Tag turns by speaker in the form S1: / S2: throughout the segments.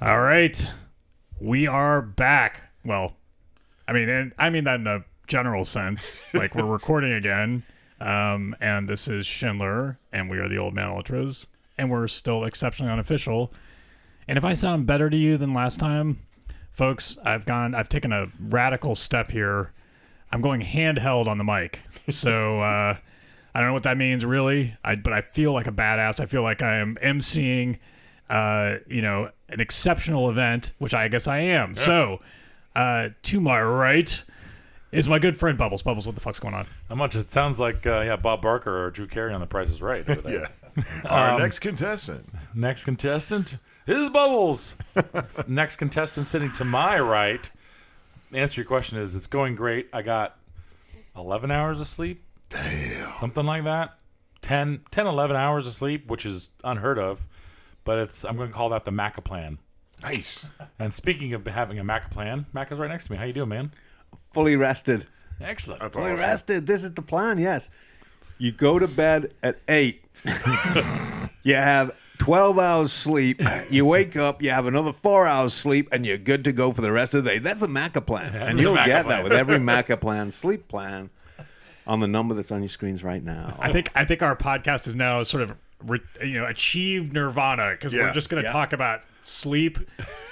S1: All right, we are back. Well, I mean, and I mean that in a general sense. Like we're recording again, um, and this is Schindler, and we are the Old Man Ultras, and we're still exceptionally unofficial. And if I sound better to you than last time, folks, I've gone, I've taken a radical step here. I'm going handheld on the mic, so uh, I don't know what that means really. I but I feel like a badass. I feel like I am emceeing, uh, you know, an exceptional event, which I guess I am. So, uh, to my right is my good friend Bubbles. Bubbles, what the fuck's going on?
S2: Not much. It sounds like uh, yeah, Bob Barker or Drew Carey on The Price is Right over there.
S3: Yeah. Our
S4: Um,
S3: next contestant.
S2: Next contestant is Bubbles. S- Next contestant sitting to my right. The answer to your question is it's going great. I got 11 hours of sleep. Damn. Something like that. 10, 10 11 hours of sleep, which is unheard of. But it's I'm going to call that the Maca plan.
S3: Nice.
S2: And speaking of having a Maca plan, Maca's right next to me. How you doing, man?
S4: fully rested.
S2: Excellent. Oh,
S4: Fully rested. This is the plan. Yes. You go to bed at eight. you have 12 hours sleep. You wake up, you have another four hours sleep, and you're good to go for the rest of the day. That's a Maca plan. and
S2: the
S4: you'll
S2: Maca
S4: get
S2: plan.
S4: that with every Maca plan, sleep plan, on the number that's on your screens right now.
S1: I think I think our podcast is now sort of re- you know achieved nirvana because we're
S3: Yeah.
S1: just going to
S4: Yeah.
S1: talk about sleep.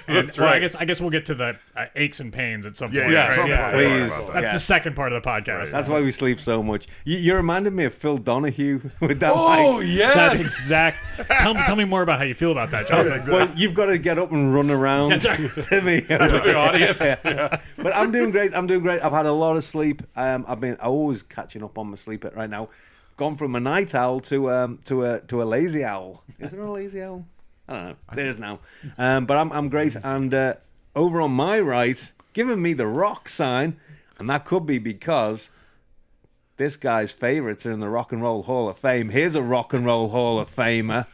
S1: And,
S2: That's
S1: well, I
S2: right.
S1: guess I guess we'll get to the uh, aches and pains at some
S3: Yeah,
S1: point.
S3: yeah,
S1: right?
S3: some
S1: Yeah.
S3: point.
S4: Please.
S3: Sorry about that.
S1: That's the
S4: Yes.
S1: second part of the podcast.
S4: That's why we sleep so much. You, you reminded me of Phil Donahue with that
S2: Oh,
S4: mic.
S2: yes.
S1: That exact. tell, tell me more about how you feel about that, John.
S4: Well, you've got to get up and run around to me.
S2: the audience.
S4: but I'm doing great. I'm doing great. I've had a lot of sleep. Um, I've been always catching up on my sleep right now. Gone from a night owl to um to a to a lazy owl. Is there a lazy owl? I don't know. There is now. Um, but I'm I'm great. And uh, over on my right, giving me the rock sign, and that could be because. This guy's favourites are in the Rock and Roll Hall of Fame. Here's a Rock and Roll Hall of Famer.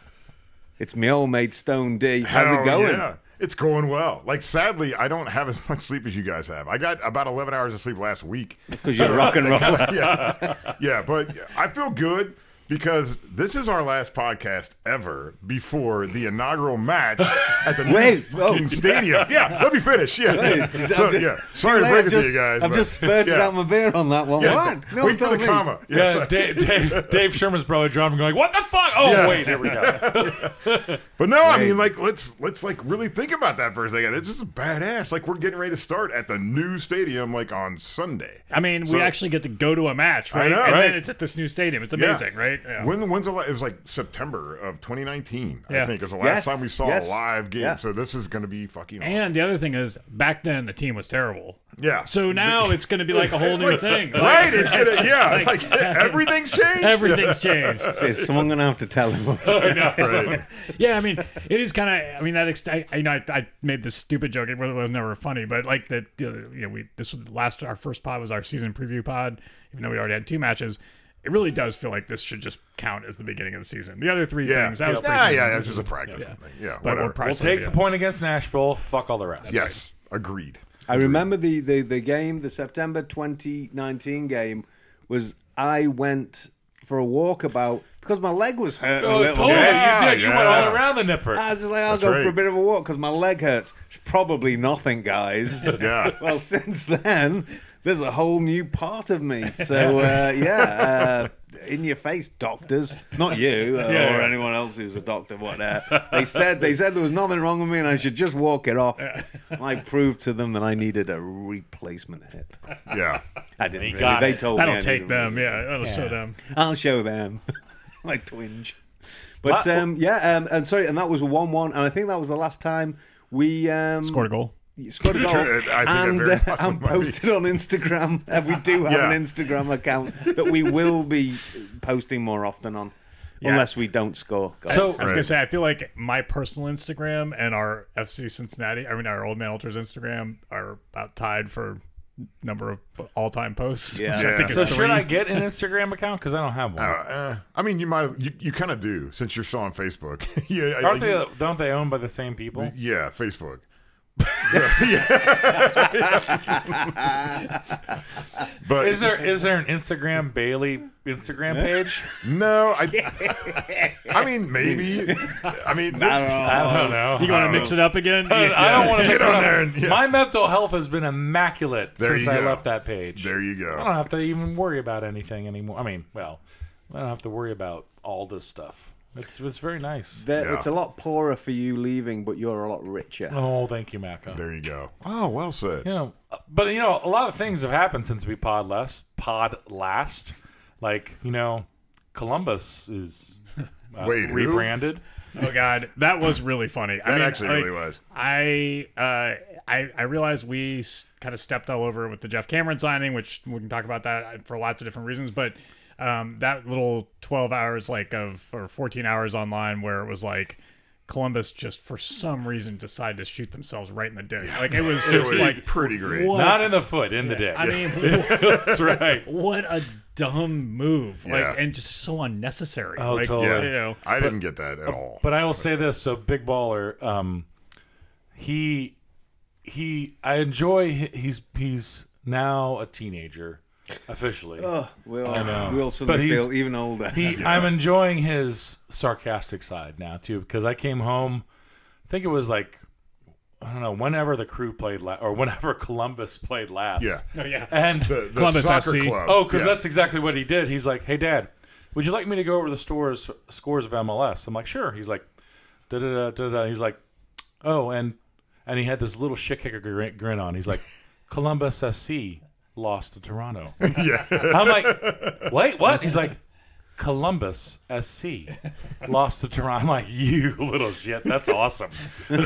S4: It's me old mate Stone D. How's
S3: Hell
S4: it going?
S3: Yeah. It's going well. Like, sadly, I don't have as much sleep as you guys have. I got about 11 hours of sleep last week.
S4: It's because you're a rock and roll.
S3: yeah. yeah, but I feel good because this is our last podcast ever before the inaugural match at the new
S4: Wait,
S3: fucking
S4: oh.
S3: stadium. Yeah, let me finish. Yeah.
S4: I'm just-
S3: so, yeah. Sorry to
S4: See,
S3: break it to
S4: I've
S3: you
S4: just-
S3: guys.
S4: I've
S3: but-
S4: just spurted
S3: yeah.
S4: out my beer on that one.
S3: Yeah.
S4: What? No,
S3: Wait for
S4: tell
S3: the
S4: me.
S3: comma. Yeah,
S2: Yeah,
S3: sorry.
S2: Dave, Dave, Dave Sherman's probably driving, going, "What the fuck?" Oh,
S3: Yeah.
S2: wait, there we go.
S3: But no, I
S4: Hey.
S3: mean, like, let's let's like really think about that for a second. It's just badass. Like, we're getting ready to start at the new stadium, like on Sunday.
S1: I mean, we
S3: So-
S1: actually get to go to a match, right?
S3: know,
S1: and
S3: right.
S1: then it's at this new stadium. It's
S3: Yeah.
S1: amazing, right? Yeah.
S3: When when's the la- it was like September of 2019,
S1: Yeah.
S3: I think, is the last
S4: Yes,
S3: time we saw
S4: yes.
S3: a live game.
S4: Yeah.
S3: So this is going to be fucking awesome.
S1: And the other thing is, back then the team was terrible.
S3: Yeah.
S1: So now it's going to be like a whole new thing. Like,
S3: right? It's gonna yeah. Like, everything's changed.
S1: Everything's changed.
S4: See, someone gonna have to tell him.
S3: Right.
S1: Yeah, I mean, it is kind of. I mean, that. Ex- I, I- you know, I, I made this stupid joke. It really was never funny, but like that. You know, we this was the last our first pod was our season preview pod, even though we already had two matches. It really does feel like this should just count as the beginning of the season. The other three
S3: Yeah.
S1: things that was
S3: yeah,
S1: pretty.
S3: yeah, yeah. It's just a practice thing. Yeah.
S1: but
S3: whatever.
S1: we're probably
S2: We'll take the point against Nashville. Fuck all the rest.
S3: yes. Agreed.
S4: I remember the, the the game, the September 2019 game, was I went for a walkabout because my leg was hurt a
S2: Oh,
S4: little
S2: totally,
S4: bit.
S2: you did. You
S3: yeah. Ah,
S2: went all around the nipper.
S4: I was just like, I'll
S3: That's
S4: go
S3: right.
S4: for a bit of a walk because my leg hurts. It's probably nothing, guys.
S3: Yeah.
S4: well, since then, there's a whole new part of me. So, uh, yeah, uh, in your face, doctors. Not you uh,
S2: Yeah,
S4: or
S2: yeah.
S4: anyone else who's a doctor. What uh, they said, they said there was nothing wrong with me, and I should just walk it off. I proved to them that I needed a replacement hip.
S3: Yeah.
S4: I didn't. Really.
S2: got
S4: They
S2: it.
S4: told me.
S1: That'll
S4: I
S1: take
S4: needed a
S1: them. Yeah, that'll show them.
S4: I'll show them. My twinge. But
S2: Wow.
S4: um, yeah, um, and sorry, and that was one one, and I think that was the last time we um,
S1: Scored a goal.
S4: scored a goal
S3: I think that
S4: and,
S3: very
S4: uh,
S3: possibly
S4: and
S3: might be.
S4: posted on Instagram. Uh, we do have
S3: Yeah.
S4: an Instagram account that we will be posting more often on, unless we don't score. guys.
S2: So-
S1: I was gonna
S3: Right.
S1: say, I feel like my personal Instagram and our FC Cincinnati, I mean our Old Man Ultras Instagram, are about tied for number of all-time posts.
S4: Yeah.
S1: which I
S3: Yeah.
S1: think is
S2: so
S1: three.
S2: should I get an Instagram account? Because I don't have one.
S3: Uh, eh. I mean, you might you, you kind of do since you're still on Facebook. yeah. I-
S2: Aren't
S3: I-
S2: they? Don't they owned by the same people?
S3: Yeah, Facebook. But
S2: Is there is there an Instagram Bailey Instagram page?
S3: no, I. I mean, maybe. I mean,
S2: I
S4: Uh,
S2: don't know.
S1: You want to mix it up again?
S2: Uh, I- I don't want to mix
S3: Get
S2: it
S3: on
S2: up.
S3: there and- yeah.
S2: My mental health has been immaculate
S3: There
S2: since
S3: you
S2: I
S3: go.
S2: left that page.
S3: there you
S2: I don't
S3: go.
S2: have to even worry about anything anymore. I mean, well, I don't have to worry about all this stuff. It's it's very nice.
S4: There-
S3: Yeah.
S4: It's a lot poorer for you leaving, but you're a lot richer.
S2: Oh, thank you, Maka.
S3: There you go. Oh, well said.
S2: You know, Uh, but you know, a lot of things have happened since we pod last. Pod last, like you know, Columbus is uh,
S3: Wait, who?
S2: rebranded.
S1: Oh God, that was really funny. I
S3: That
S1: mean,
S3: actually
S1: like,
S3: really was.
S1: I uh, I I realized we kind of stepped all over with the Jeff Cameron signing, which we can talk about that uh, for lots of different reasons. But um, that little twelve hours, like of or fourteen hours online, where it was like. Columbus just for some reason decided to shoot themselves right in the dick. Like it was
S3: It
S1: just
S3: was
S1: like
S3: pretty great.
S1: what?
S2: Not in the foot, in the dick.
S1: Oh. I mean,
S2: That's right.
S1: what a dumb move!
S3: Yeah.
S1: Like and just so unnecessary.
S2: Oh,
S1: like,
S2: totally.
S3: Yeah.
S1: You know,
S3: I didn't get that at all.
S2: But I will say this: so Big Baller, um, he he, I enjoy. hi- He's he's now a teenager officially.
S4: Oh, we all,
S2: know.
S4: we all
S2: But
S4: suddenly
S2: he's-
S4: feel even older.
S2: He, I'm enjoying his sarcastic side now too, because I came home. I think it was like I don't know whenever the crew played la- or whenever Columbus played last.
S3: yeah.
S1: oh, yeah.
S2: and
S3: The, the
S1: Columbus E.
S3: soccer
S1: SC.
S3: club.
S2: oh, because
S3: yeah.
S2: that's exactly what he did. He's like, "Hey, Dad, would you like me to go over the stores scores of MLS?" I'm like, "Sure." He's like, "Da da da da da." He's like, "Oh," and and he had this little shit kicker grin, grin on. He's like, "Columbus SC lost to Toronto."
S3: yeah.
S2: I'm like, wait, what? He's like, Columbus SC lost to Toronto. I'm like, you little shit. That's awesome.
S4: so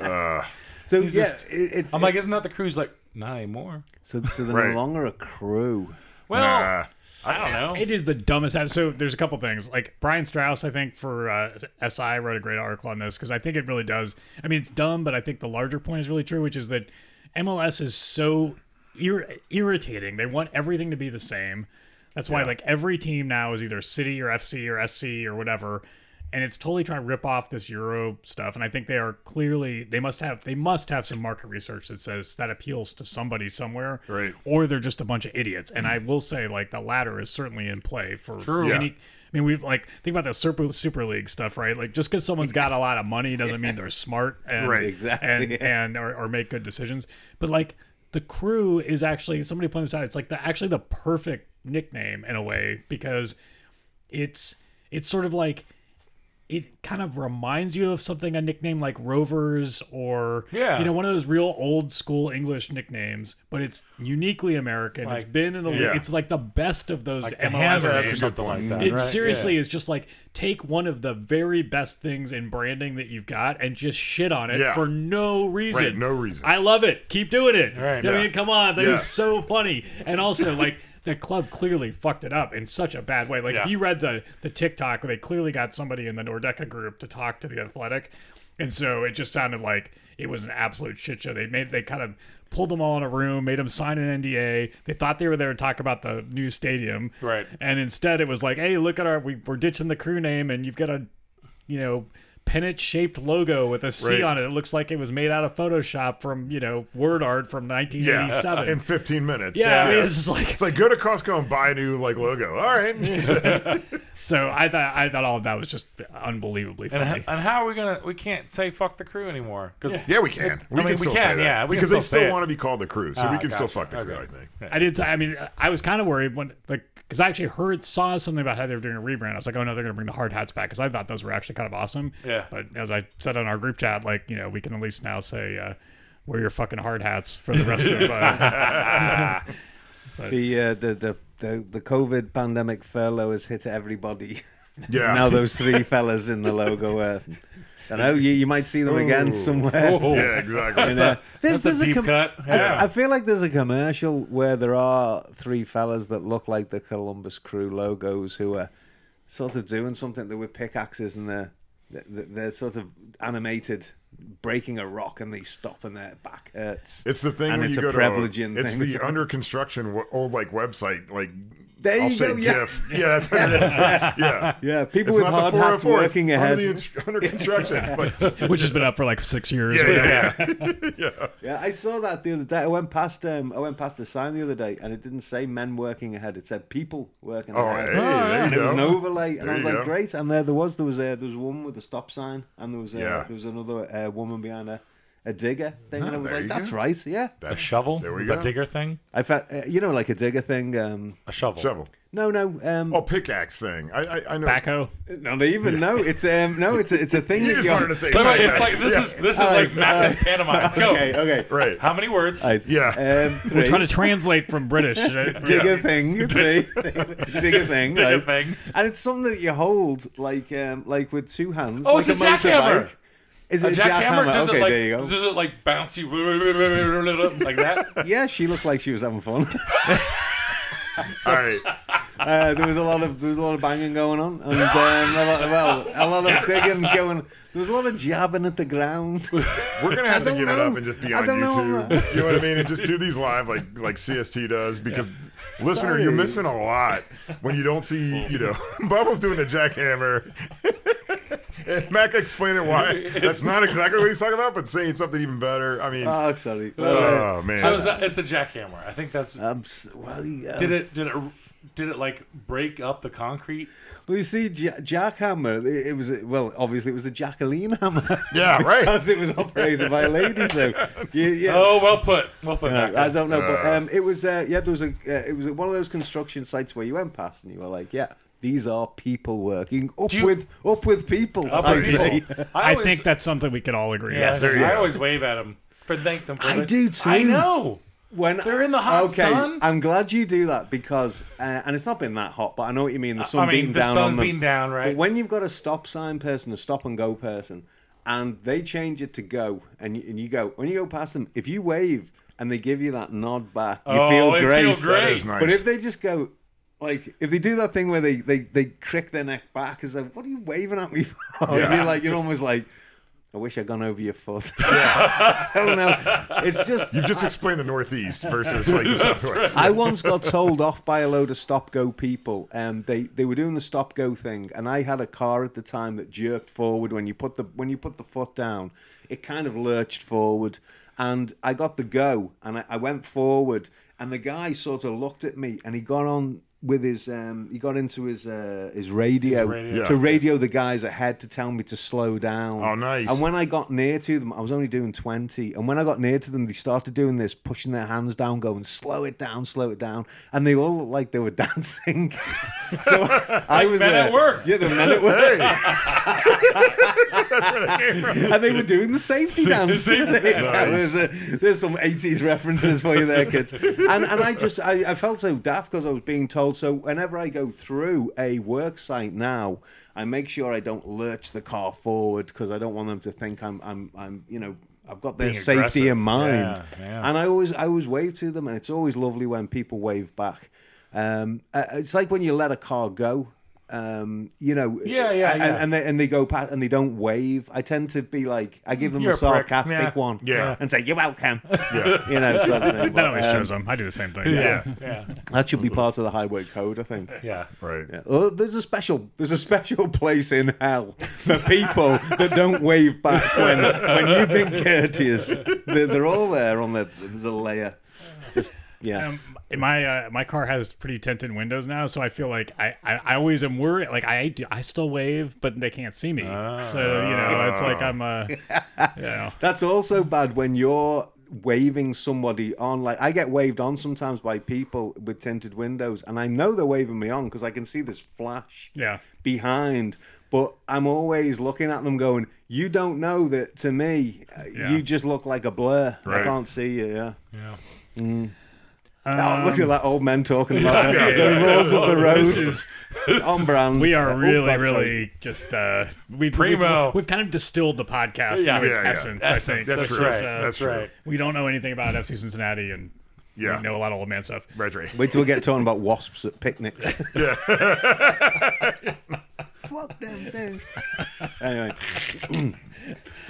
S4: yeah,
S2: he's just-
S4: it, it's
S2: I'm like, isn't that the crew? He's like, not anymore.
S4: so, so they're
S3: Right.
S4: no longer a crew.
S2: Well,
S3: Nah.
S2: I don't know.
S1: It is the dumbest. ad- So there's a couple things. Like Brian Strauss, I think for uh, SI wrote a great article on this because I think it really does. I mean, it's dumb, but I think the larger point is really true, which is that MLS is so ir- irritating. They want everything to be the same. That's why like every team now is either City or FC or SC or whatever. And it's totally trying to rip off this Euro stuff, and I think they are clearly they must have they must have some market research that says that appeals to somebody somewhere,
S3: Right.
S1: or they're just a bunch of idiots. And I will say, like, the latter is certainly in play for
S2: True.
S1: any.
S3: Yeah.
S1: I mean, we've like think about the Super Super League stuff, right? Like, just because someone's got a lot of money doesn't mean they're smart, and,
S3: Right.
S4: Exactly,
S1: and,
S4: yeah.
S1: and or, or make good decisions. But like, the crew is actually somebody pointed this out. It's like the actually the perfect nickname in a way because it's it's sort of like it kind of reminds you of something a nickname like Rovers or
S2: Yeah.
S1: you know one of those real old school English nicknames, but it's uniquely American. it's
S2: Like-
S1: been in the
S3: Yeah.
S1: it's like the best of those
S2: Like the
S1: MLS
S2: hammer
S1: names.
S2: or something like that.
S1: It
S2: right?
S1: seriously
S2: Yeah.
S1: is just like take one of the very best things in branding that you've got and just shit on it
S3: Yeah.
S1: for no reason.
S3: Right, no reason.
S1: I love it. Keep doing it.
S2: Right.
S1: I
S3: Yeah.
S1: mean, come on, that is
S3: Yeah.
S1: so funny. And also, like the club clearly fucked it up in such a bad way. Like
S2: Yeah.
S1: if you read the the TikTok, they clearly got somebody in the Nordeca group to talk to the Athletic, and so it just sounded like it was an absolute shit show. They made they kind of. Pulled them all in a room, made them sign an NDA. They thought they were there to talk about the new stadium,
S2: Right.
S1: and instead, it was like, "Hey, look at our we, we're ditching the crew name, and you've got a, you know, pennant shaped logo with a C
S3: Right.
S1: on it. It looks like it was made out of Photoshop from you know word art from
S3: yeah.
S1: 1987."
S3: In 15 minutes.
S1: yeah, I mean, it's just like
S3: It's like go to Costco and buy a new like logo. All right.
S1: so. I thought I thought all of that was just unbelievably
S2: And,
S1: funny.
S2: h- and how are we gonna? We can't say fuck the crew anymore because
S3: yeah, we can. We
S2: I mean, we
S3: can still
S2: can,
S3: say that.
S2: yeah, we can
S3: because
S2: still
S3: they
S2: say
S3: still
S2: it.
S3: want to be called the crew, so we
S2: Ah,
S3: can still
S2: gotcha.
S3: fuck the crew.
S2: Okay.
S3: I think.
S1: I did. I mean, I was kind of worried when, like, because I actually heard saw something about how they were doing a rebrand. I was like, oh no, they're going to bring the hard hats back because I thought those were actually kind of awesome.
S2: Yeah.
S1: But as I said on our group chat, like, you know, we can at least now say uh, wear your fucking hard hats for the rest of. Uh,
S4: The, uh, the the the the COVID pandemic furlough has hit everybody.
S3: Yeah.
S4: now those three fellas in the logo are. I know you, you might see them again somewhere.
S3: yeah, exactly.
S4: And, uh,
S2: that's a deep cut.
S4: I-
S2: Yeah.
S4: I, feel like there's a commercial where there are three fellas that look like the Columbus Crew logos who are sort of doing something. They're with pickaxes and they're they're they're sort of animated, breaking a rock, and they stop and their back hurts.
S3: It's the thing
S4: and
S3: when
S4: it's
S3: you
S4: a
S3: go to
S4: Prevlegin
S3: it's
S4: thing.
S3: the under construction w- old like website like
S4: There
S3: I'll
S4: you
S3: say
S4: go. Yeah.
S3: GIF. Yeah, that's what it is. Yeah.
S4: Yeah, people
S3: It's
S4: with
S3: not
S4: hard
S3: the
S4: hats
S3: 404, it's
S4: working
S3: under
S4: ahead.
S3: the inst- under construction. but
S1: which has been up for like six years.
S3: yeah, yeah, yeah.
S4: Yeah, I saw that the other day. I went past um, I went past the sign the other day, and it didn't say men working ahead. It said people working
S3: Oh, hey,
S4: ahead.
S3: there you
S4: and it was an
S3: go.
S4: overlay, and
S3: There
S4: I was
S3: you
S4: like,
S3: go.
S4: great. And there, there was there was a there was one with a stop sign, and there was a,
S3: Yeah. Ah,
S4: there was another uh, woman behind a, a digger thing, and I was
S3: there
S4: like,
S3: you
S4: that's
S3: go.
S4: right, yeah.
S2: A shovel?
S3: There we
S2: Is
S3: go.
S2: that digger thing?
S4: I felt uh, you know like a digger thing. Um,
S2: A shovel.
S3: Shovel.
S4: no, no, um,
S3: Oh, pickaxe thing. I, I, I know.
S1: Backhoe.
S4: not even. No, it's um, no, it's a, it's a thing
S3: You
S4: that
S3: just
S4: you
S3: wanted to think.
S2: Wait, wait,
S3: about
S2: it's
S3: that.
S2: like this
S3: Yeah.
S2: is this is like Mathis pantomime. Let's go.
S4: uh, Okay, okay,
S3: right.
S2: How many words?
S4: right.
S3: Yeah.
S4: um,
S1: We're
S4: three.
S1: trying to translate from British.
S4: digger thing, three, digger thing,
S2: Digger
S4: right.
S2: thing.
S4: and it's something that you hold like um, like with two hands.
S2: Oh,
S4: like
S2: it's a jackhammer.
S4: motorbike. Is
S2: A
S4: it a jackhammer?
S2: jackhammer? Does
S4: okay,
S2: it like
S4: there you go.
S2: does it like bouncy like that?
S4: Yeah, she looked like she was having fun.
S3: All right.
S4: Uh, there was a lot of there was a lot of banging going on, and um, a lot, well, a lot of digging going. There was a lot of jabbing at the ground.
S3: We're gonna have to
S4: don't
S3: give it
S4: know.
S3: up and just be
S4: I
S3: on
S4: don't know.
S3: YouTube. You know what I mean? And just do these live like like CST does because listener, you're
S4: Sorry.
S3: missing a lot when you don't see you know Bubble's doing a jackhammer. and Mac explaining why that's not exactly what he's talking about, but saying something even better. I mean,
S4: Oh, sorry. Well, uh,
S3: oh man,
S2: So it's a, it's a jackhammer. I think that's
S4: um, s- well, yeah.
S2: Uh. did it did it did it like break up the concrete?
S4: Well, you see, ja- jackhammer. It, it was a- well, obviously, it was a Jacqueline hammer
S3: yeah, right.
S4: because it was operated by a lady. So, you, yeah,
S2: Oh, well put. Well put.
S4: Uh,
S2: Mac.
S4: I don't know, but
S3: Uh.
S4: um, it was uh, yeah. There was a uh, it was one of those construction sites where you went past and you were like, yeah, these are people working up
S2: Do you-
S4: with up with people.
S2: Up
S4: I
S2: with
S4: say.
S2: people.
S1: I,
S2: always-
S1: think that's something we could all agree
S2: Yes,
S1: on.
S3: There you
S2: I
S3: go.
S2: always wave at them for thank them. For
S4: I
S2: the-
S4: do too.
S2: I know.
S4: When
S2: They're in the hot
S4: okay,
S2: sun.
S4: I'm glad you do that because uh, and it's not been that hot, but I know what you mean. The sun
S2: I mean,
S4: beating
S2: the
S4: down
S2: sun's
S4: on them.
S2: beating down, right?
S4: But when you've got a stop sign person, a stop and go person, and they change it to go, and you, and you go when you go past them, if you wave and they give you that nod back, you
S2: Oh,
S4: feel
S2: it
S4: great.
S2: feels great.
S3: That is nice.
S4: But if they just go, like, if they do that thing where they they, they crick their neck back, is like, what are you waving at me for?
S3: Yeah.
S4: You're like, you're almost like, I wish I'd gone over your foot. I don't know. It's just.
S3: you just explained the Northeast versus like the Southwest.
S4: I once got told off by a load of stop go people. Um, they they were doing the stop go thing, and I had a car at the time that jerked forward when you put the when you put the foot down. It kind of lurched forward, and I got the go, and I, I went forward, and the guy sort of looked at me, and he got on with his um, he got into his uh, his radio,
S2: radio.
S4: to radio the guys ahead to tell me to slow down.
S3: Oh, nice.
S4: And when I got near to them, I was only doing 20. And when I got near to them, they started doing this, pushing their hands down, going, slow it down, slow it down. And they all looked like they were dancing. so I was
S2: men at
S4: there.
S2: work.
S4: Yeah, the men at work.
S3: Hey,
S4: and they were doing the safety dance.
S2: Safety
S4: That was, uh, there's some 80s references for you there, kids. And, and I just, I, I felt so daft because I was being told. So whenever I go through a work site now, I make sure I don't lurch the car forward because I don't want them to think I'm, I'm, I'm, you know, I've got their
S2: Being
S4: safety
S2: aggressive.
S4: in mind.
S2: Yeah, yeah.
S4: And I always, I always wave to them, and it's always lovely when people wave back. Um, uh, it's like when you let a car go. Um, you know,
S2: Yeah, yeah,
S4: and,
S2: yeah.
S4: and they and they go past and they don't wave. I tend to be like, I give them
S2: Mm, You're
S4: a
S2: a prick.
S4: sarcastic
S2: Yeah.
S4: one,
S3: Yeah.
S4: and say, "You're welcome,"
S3: yeah,
S4: you know, sort of thing.
S1: That
S4: But,
S1: always
S4: um,
S1: shows them. I do the same thing.
S3: yeah,
S2: Yeah.
S4: that should be part of the highway code, I think.
S2: Yeah.
S3: right.
S4: Yeah. Oh, there's a special, there's a special place in hell for people that don't wave back when when you've been courteous. They're, they're all there on the there's a layer, just yeah.
S1: Um, my uh, my car has pretty tinted windows now, so I feel like I, I, I always am worried. Like I do, I still wave, but they can't see me. so you know, it's like I'm uh, you know,
S4: That's also bad when you're waving somebody on. Like I get waved on sometimes by people with tinted windows, and I know they're waving me on because I can see this flash
S1: Yeah.
S4: behind. But I'm always looking at them, going, "You don't know that to me. uh,
S1: Yeah.
S4: You just look like a blur.
S3: Right.
S4: I can't see you." Yeah. Mm.
S1: um,
S4: oh, look at that old man talking about the, the
S3: yeah,
S4: rules of the road
S1: This is,
S4: on brand.
S1: we are
S4: Yeah, oh,
S1: really,
S4: God, sorry.
S1: really just uh, we've,
S2: Primo.
S1: we've we've kind of distilled the podcast
S2: Yeah.
S1: into its
S3: Yeah, yeah.
S1: essence. I think
S2: Essence,
S3: That's
S2: That's
S3: true.
S2: right.
S1: So
S2: That's
S3: true.
S2: right.
S1: we don't know anything about FC Cincinnati, and
S3: Yeah.
S1: we know a lot of old man stuff.
S3: Right, right.
S4: Wait till we get talking about wasps at picnics. Yeah. Fuck them things. Anyway, I'm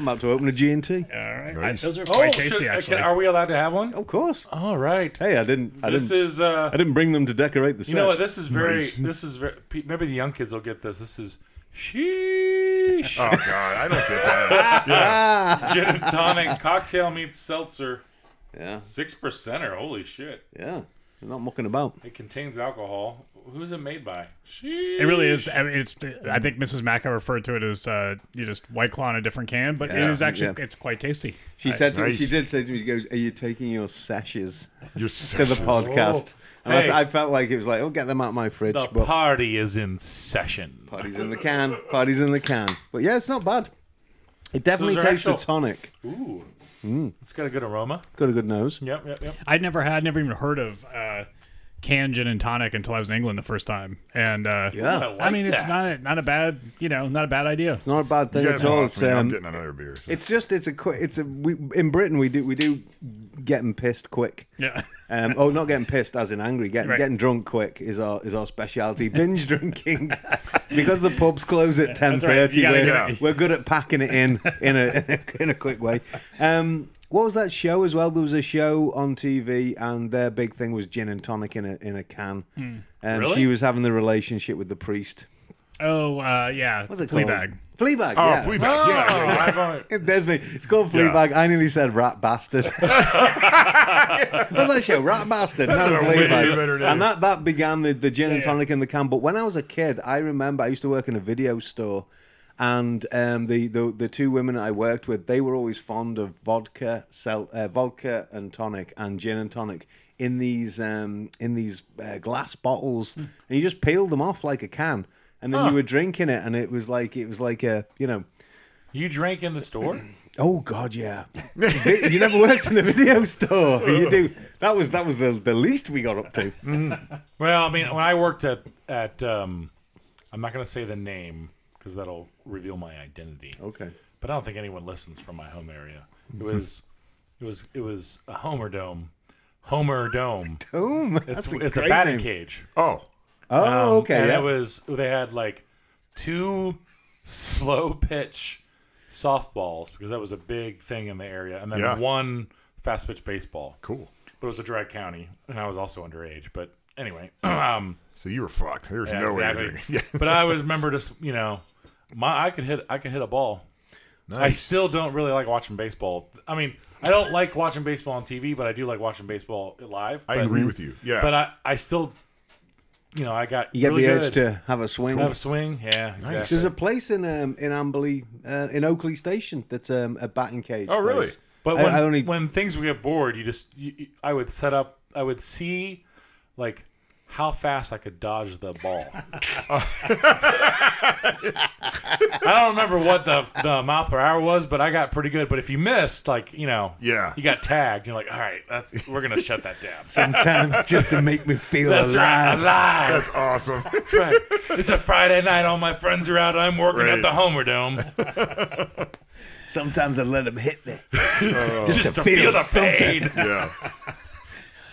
S4: about to open a G and T.
S1: All right,
S3: Nice.
S1: I- those are
S2: Oh,
S1: quite tasty
S2: should- okay,
S1: actually.
S2: are we allowed to have one?
S4: Of course.
S2: All right.
S4: Hey, I didn't. I
S2: This
S4: didn't.
S2: is uh,
S4: I didn't bring them to decorate the set.
S2: You know what? This is very.
S3: Nice.
S2: This is very. pe- Maybe the young kids will get this. This is sheesh.
S3: Oh God, I don't get that. Yeah,
S2: Gin and tonic cocktail meets seltzer.
S4: yeah,
S2: Six percenter. Holy shit!
S4: yeah. They're not mucking about.
S2: It contains alcohol. Who's it made by?
S1: It really is. I mean, it's. I think Mrs. Macca referred to it as uh, you just white claw in a different can, but
S4: Yeah,
S1: it is actually
S4: yeah.
S1: it's quite tasty.
S4: She said to me,
S3: nice.
S4: she did say to me, she goes, "Are you taking your sashes
S3: you're
S4: to the podcast?" And I,
S2: Oh. Hey.
S4: I felt like it was like, "Oh, get them out of my fridge."
S2: The
S4: but
S2: party is in session.
S4: party's in the can. Party's in the can. But yeah, it's not bad. It definitely
S2: those are
S4: tastes a
S2: actual-
S4: tonic.
S2: Ooh, it's got a good aroma.
S4: Got a good nose.
S2: Yep, yep, yep.
S1: I'd never had, never even heard of uh, canned gin and tonic until I was in England the first time, and uh,
S4: Yeah.
S2: I,
S4: I
S2: like
S1: I mean, it's
S2: that.
S1: not a, not a bad you know not a bad idea.
S4: It's not a bad thing
S3: You
S4: at
S3: guys
S4: all.
S3: lost
S4: It's,
S3: me. I'm
S4: um,
S3: getting another beer.
S4: it's just it's a quick. It's a we, in Britain we do we do getting pissed quick.
S1: Yeah,
S4: Um, oh, not getting pissed as in angry. Getting
S1: Right.
S4: getting drunk quick is our is our specialty. Binge drinking because the pubs close at ten
S1: that's right.
S4: thirty.
S1: You gotta
S4: we're,
S3: get it.
S4: we're good at packing it in in a in a, in a quick way. Um, what was that show as well? There was a show on TV, and their big thing was gin and tonic in a in a can. Um,
S2: Really?
S4: She was having the relationship with the priest.
S1: Oh uh, yeah,
S4: What's it called?
S1: Fleabag.
S4: Fleabag.
S3: oh,
S4: yeah.
S3: Fleabag.
S2: Oh,
S3: Yeah.
S2: I've only-
S4: There's me. It's called Fleabag. I nearly said rat bastard. What's that show? Rat bastard. No,
S3: a way better
S4: Fleabag.
S3: name.
S4: And that, that began the, the gin and tonic in the can. But when I was a kid, I remember I used to work in a video store. And um, the, the the two women I worked with, they were always fond of vodka, sel- uh, vodka and tonic, and gin and tonic in these um, in these uh, glass
S3: Hmm.
S4: bottles, and you just peeled them off like a can, and then you were drinking it, and it was like it was like a you know
S2: you drank in the store.
S4: Oh God, yeah. Vi- you never worked in a video store. You do. That was that was the, the least we got up to.
S2: Mm. Well, I mean, when I worked at at, um, I'm not going to say the name because that'll reveal my identity.
S4: Okay.
S2: But I don't think anyone listens from my home area. It was, it was, it was a Homer Dome, Homer Dome.
S4: Boom.
S2: It's
S4: That's a
S2: it's a
S4: great
S2: batting
S4: name.
S2: cage.
S3: Oh,
S4: Oh, okay.
S2: And
S4: Yeah.
S2: it was they had like two slow pitch softballs because that was a big thing in the area, and then
S3: Yeah.
S2: one fast pitch baseball.
S3: cool.
S2: But it was a dry county, and I was also underage. But anyway, um,
S3: So you were fucked. There's
S2: Yeah,
S3: no way.
S2: exactly.
S3: you're drinking. Yeah.
S2: but I always remember just you know, my I could hit I could hit a ball. I
S3: Nice.
S2: still don't really like watching baseball. I mean, I don't like watching baseball on TV, but I do like watching baseball live.
S3: I
S2: but,
S3: agree with you. Yeah.
S2: But I I still, you know, I got
S4: you get
S2: really
S4: the
S2: good.
S4: urge to have a swing.
S2: have a swing. Yeah, exactly.
S4: There's a place in um, in Amberley, uh, in Oakley Station, that's um, a batting cage.
S3: Oh, really?
S4: place.
S2: But
S4: I-
S2: when,
S4: I only-
S2: when things would get bored, you just you, you- I would set up. I would see, like, how fast I could dodge the ball. I don't remember what the the mile per hour was, but I got pretty good. But if you missed, like you know,
S3: Yeah.
S2: you got tagged. You're like, all right, that's, we're gonna shut that down.
S4: Sometimes just to make me feel
S2: That's right,
S4: alive.
S2: alive.
S3: That's awesome.
S2: That's right. It's a Friday night. All my friends are out. I'm working
S3: Right.
S2: at the Homer Dome.
S4: Sometimes I let them hit me.
S2: Oh. Just,
S4: to
S2: to
S4: feel
S2: feel, the
S4: something.
S2: pain.
S3: yeah.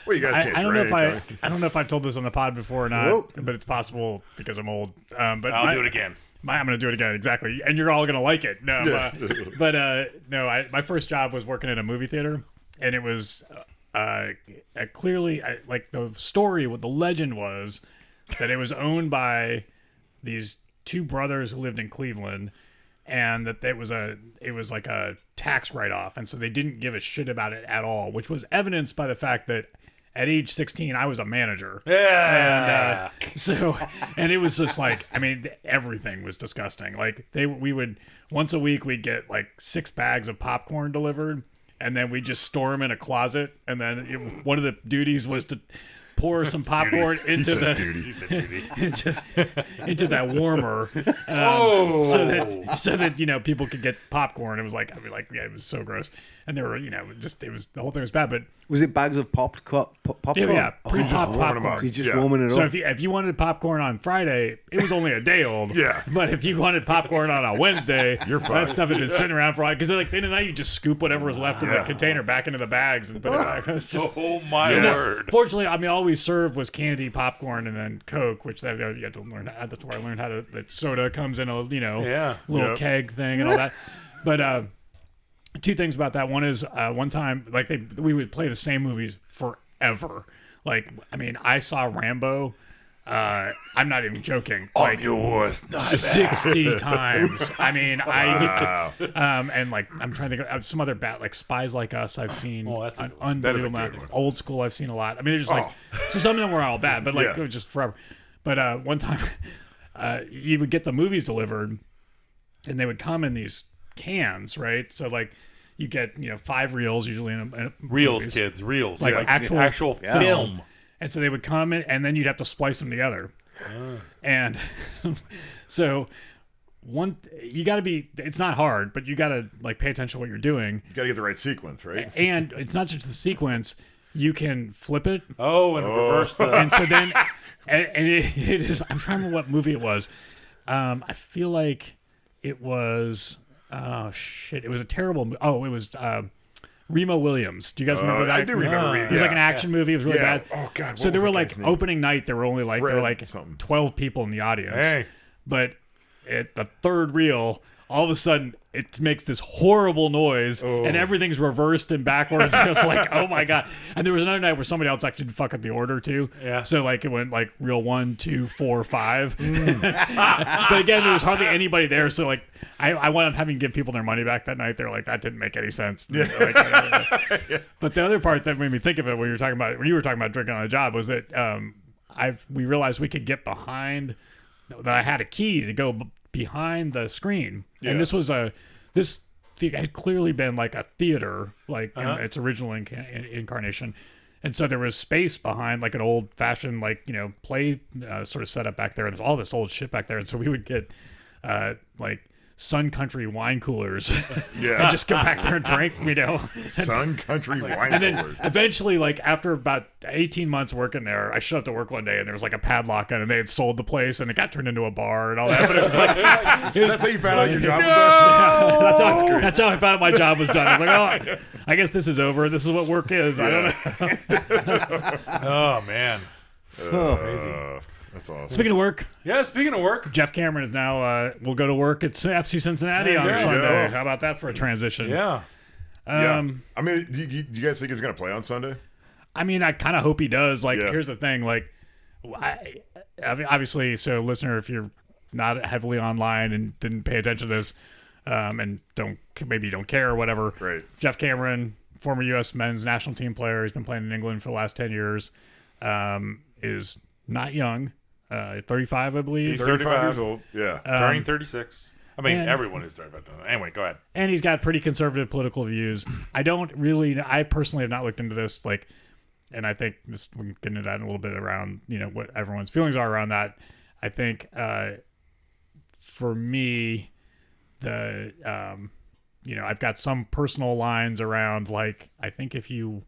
S3: Well, you guys
S1: I,
S3: can't
S1: I don't know
S3: drink.
S1: if I, I don't know if I've told this on the pod before or not,
S4: Nope.
S1: but it's possible because I'm old. Um, but
S2: I'll
S1: my-
S2: do it again.
S1: My, I'm going to do it again, exactly. And you're all going to like it. No,
S3: Yeah.
S1: uh, but uh, no, I, my first job was working at a movie theater, and it was uh, uh, clearly I, like the story, what the legend was that it was owned by these two brothers who lived in Cleveland. And that it was a, it was like a tax write off, and so they didn't give a shit about it at all, which was evidenced by the fact that at age 16 I was a manager.
S2: Yeah.
S1: So, and it was just like, I mean, everything was disgusting. Like they, we would once a week we'd get like six bags of popcorn delivered, and then we would just store them in a closet. And then it, one of the duties was to pour some popcorn into
S3: said
S1: the
S3: duty.
S1: into, into that warmer, um,
S2: oh.
S1: so that so that you know people could get popcorn. It was like I mean, like yeah, it was so gross. and they were you know just it was the whole thing was bad. But
S4: Was it bags of popped co- pop- popcorn?
S1: yeah,
S4: Oh,
S1: pre-popped
S4: just warming
S3: 'em up.
S4: He's just
S3: Yeah.
S4: warming it
S1: so
S4: up.
S1: if you if you wanted popcorn on Friday, it was only a day old.
S3: Yeah.
S1: But if you wanted popcorn on a Wednesday,
S3: You're fine.
S1: that stuff had been sitting around for a while because like at the end of the night you just scoop whatever was left in
S3: Yeah.
S1: the container back into the bags and put it back. It's just
S2: Oh my word!
S1: Fortunately, I mean, all we served was candy, popcorn, and then Coke, which that you had to learn. That's where I learned how to that soda comes in a you know
S2: Yeah.
S1: little
S3: Yep.
S1: keg thing and all that. but uh, two things about that. One is uh, one time like they we would play the same movies forever. Like I mean, I saw Rambo. Uh, I'm not even joking. Like,
S2: your worst
S1: sixty times. I mean, I um, and like I'm trying to think of some other bat like Spies Like Us. I've seen
S2: Oh, that's a
S1: an
S2: good one.
S3: That is a
S1: unbelievable
S3: good
S1: amount.
S3: one.
S1: Old School. I've seen a lot. I mean, it's just like
S3: Oh.
S1: so some of them were all bad, but like
S3: Yeah.
S1: it was just forever. But uh, one time, uh, you would get the movies delivered, and they would come in these cans, right? So like. You get you know five reels usually in a, in a
S2: Reels,
S1: movies.
S2: kids, reels.
S1: Like actual-
S2: actual
S1: yeah.
S2: film.
S1: And so they would come in, and then you'd have to splice them together. And so one, you got to be. It's not hard, but you got to like pay attention to what you're doing.
S3: You gotta get the right sequence, right?
S1: And it's not just the sequence. You can flip it,
S2: Oh, and reverse the.
S1: and so then, and, and it, it is. I'm trying to remember what movie it was. Um, I feel like it was. Oh shit! It was a terrible. mo- Oh, it was uh, Remo Williams. Do you guys remember
S3: Uh,
S1: that?
S3: I do remember. reading-
S1: It was like an
S3: yeah.
S1: action movie. It was really
S3: Yeah.
S1: bad.
S3: Oh, God, what
S1: So there
S3: was
S1: were
S3: that guy's
S1: like
S3: name?
S1: opening night. There were only like there were
S3: Fred
S1: like
S3: something.
S1: twelve people in the audience.
S2: Hey.
S1: But at the third reel, all of a sudden it makes this horrible noise and everything's reversed and backwards. and it's like, oh my god! And there was another night where somebody else actually did fuck up the order too.
S2: Yeah.
S1: So like it went like reel one, two, four, five. but again, there was hardly anybody there. So like I, I wound up having to give people their money back that night. They're like, that didn't make any sense. Like, whatever. But the other part that made me think of it when you were talking about when you were talking about drinking on the job was that um, I've we realized we could get behind that I had a key to go b- behind the screen,
S3: Yeah.
S1: and this was a this the, had clearly been like a theater, like
S3: Uh-huh.
S1: in its original inca- in- incarnation. And so there was space behind like an old fashioned like you know play uh, sort of setup back there, and there's all this old shit back there. And so we would get uh, like Sun Country wine coolers,
S3: Yeah.
S1: and just go back there and drink, you know.
S3: Sun Country Wine
S1: And then
S3: Coolers.
S1: eventually, like after about 18 months working there, I showed up to work one day and there was like a padlock on it and they had sold the place and it got turned into a bar and all that. But it was like,
S3: That's how you found out your job was done?
S1: yeah,
S2: Oh,
S1: that's, how, that's how I found out my job was done. I was like, oh, I guess this is over. This is what work is. I don't know.
S2: Oh man.
S3: Uh, that's awesome.
S1: Speaking of work,
S2: Yeah. Speaking of work,
S1: Jeff Cameron is now, uh, will go to work at FC Cincinnati
S2: There you
S1: on
S2: go.
S1: Sunday. How about that for a transition?
S2: yeah.
S3: Yeah.
S1: Um,
S3: I mean, do you, do you guys think he's gonna play on Sunday?
S1: I mean, I kind of hope he does. Like,
S3: Yeah.
S1: here's the thing. Like, I, I mean, obviously, so listener, if you're not heavily online and didn't pay attention to this, um, and don't maybe you don't care or whatever.
S3: Right.
S1: Jeff Cameron, former U.S. men's national team player, he's been playing in England for the last ten years. Um, is not young, uh, 35, I believe.
S2: He's 35.
S3: years old. Yeah.
S1: Uh,
S2: Turning 36. I mean,
S1: and-
S2: everyone is 35. Anyway, go ahead.
S1: and he's got pretty conservative political views. I don't really, I personally have not looked into this, like, and I think this we can get into that in a little bit around, you know, what everyone's feelings are around that. I think, uh, for me, the, um, you know, I've got some personal lines around, like, I think if you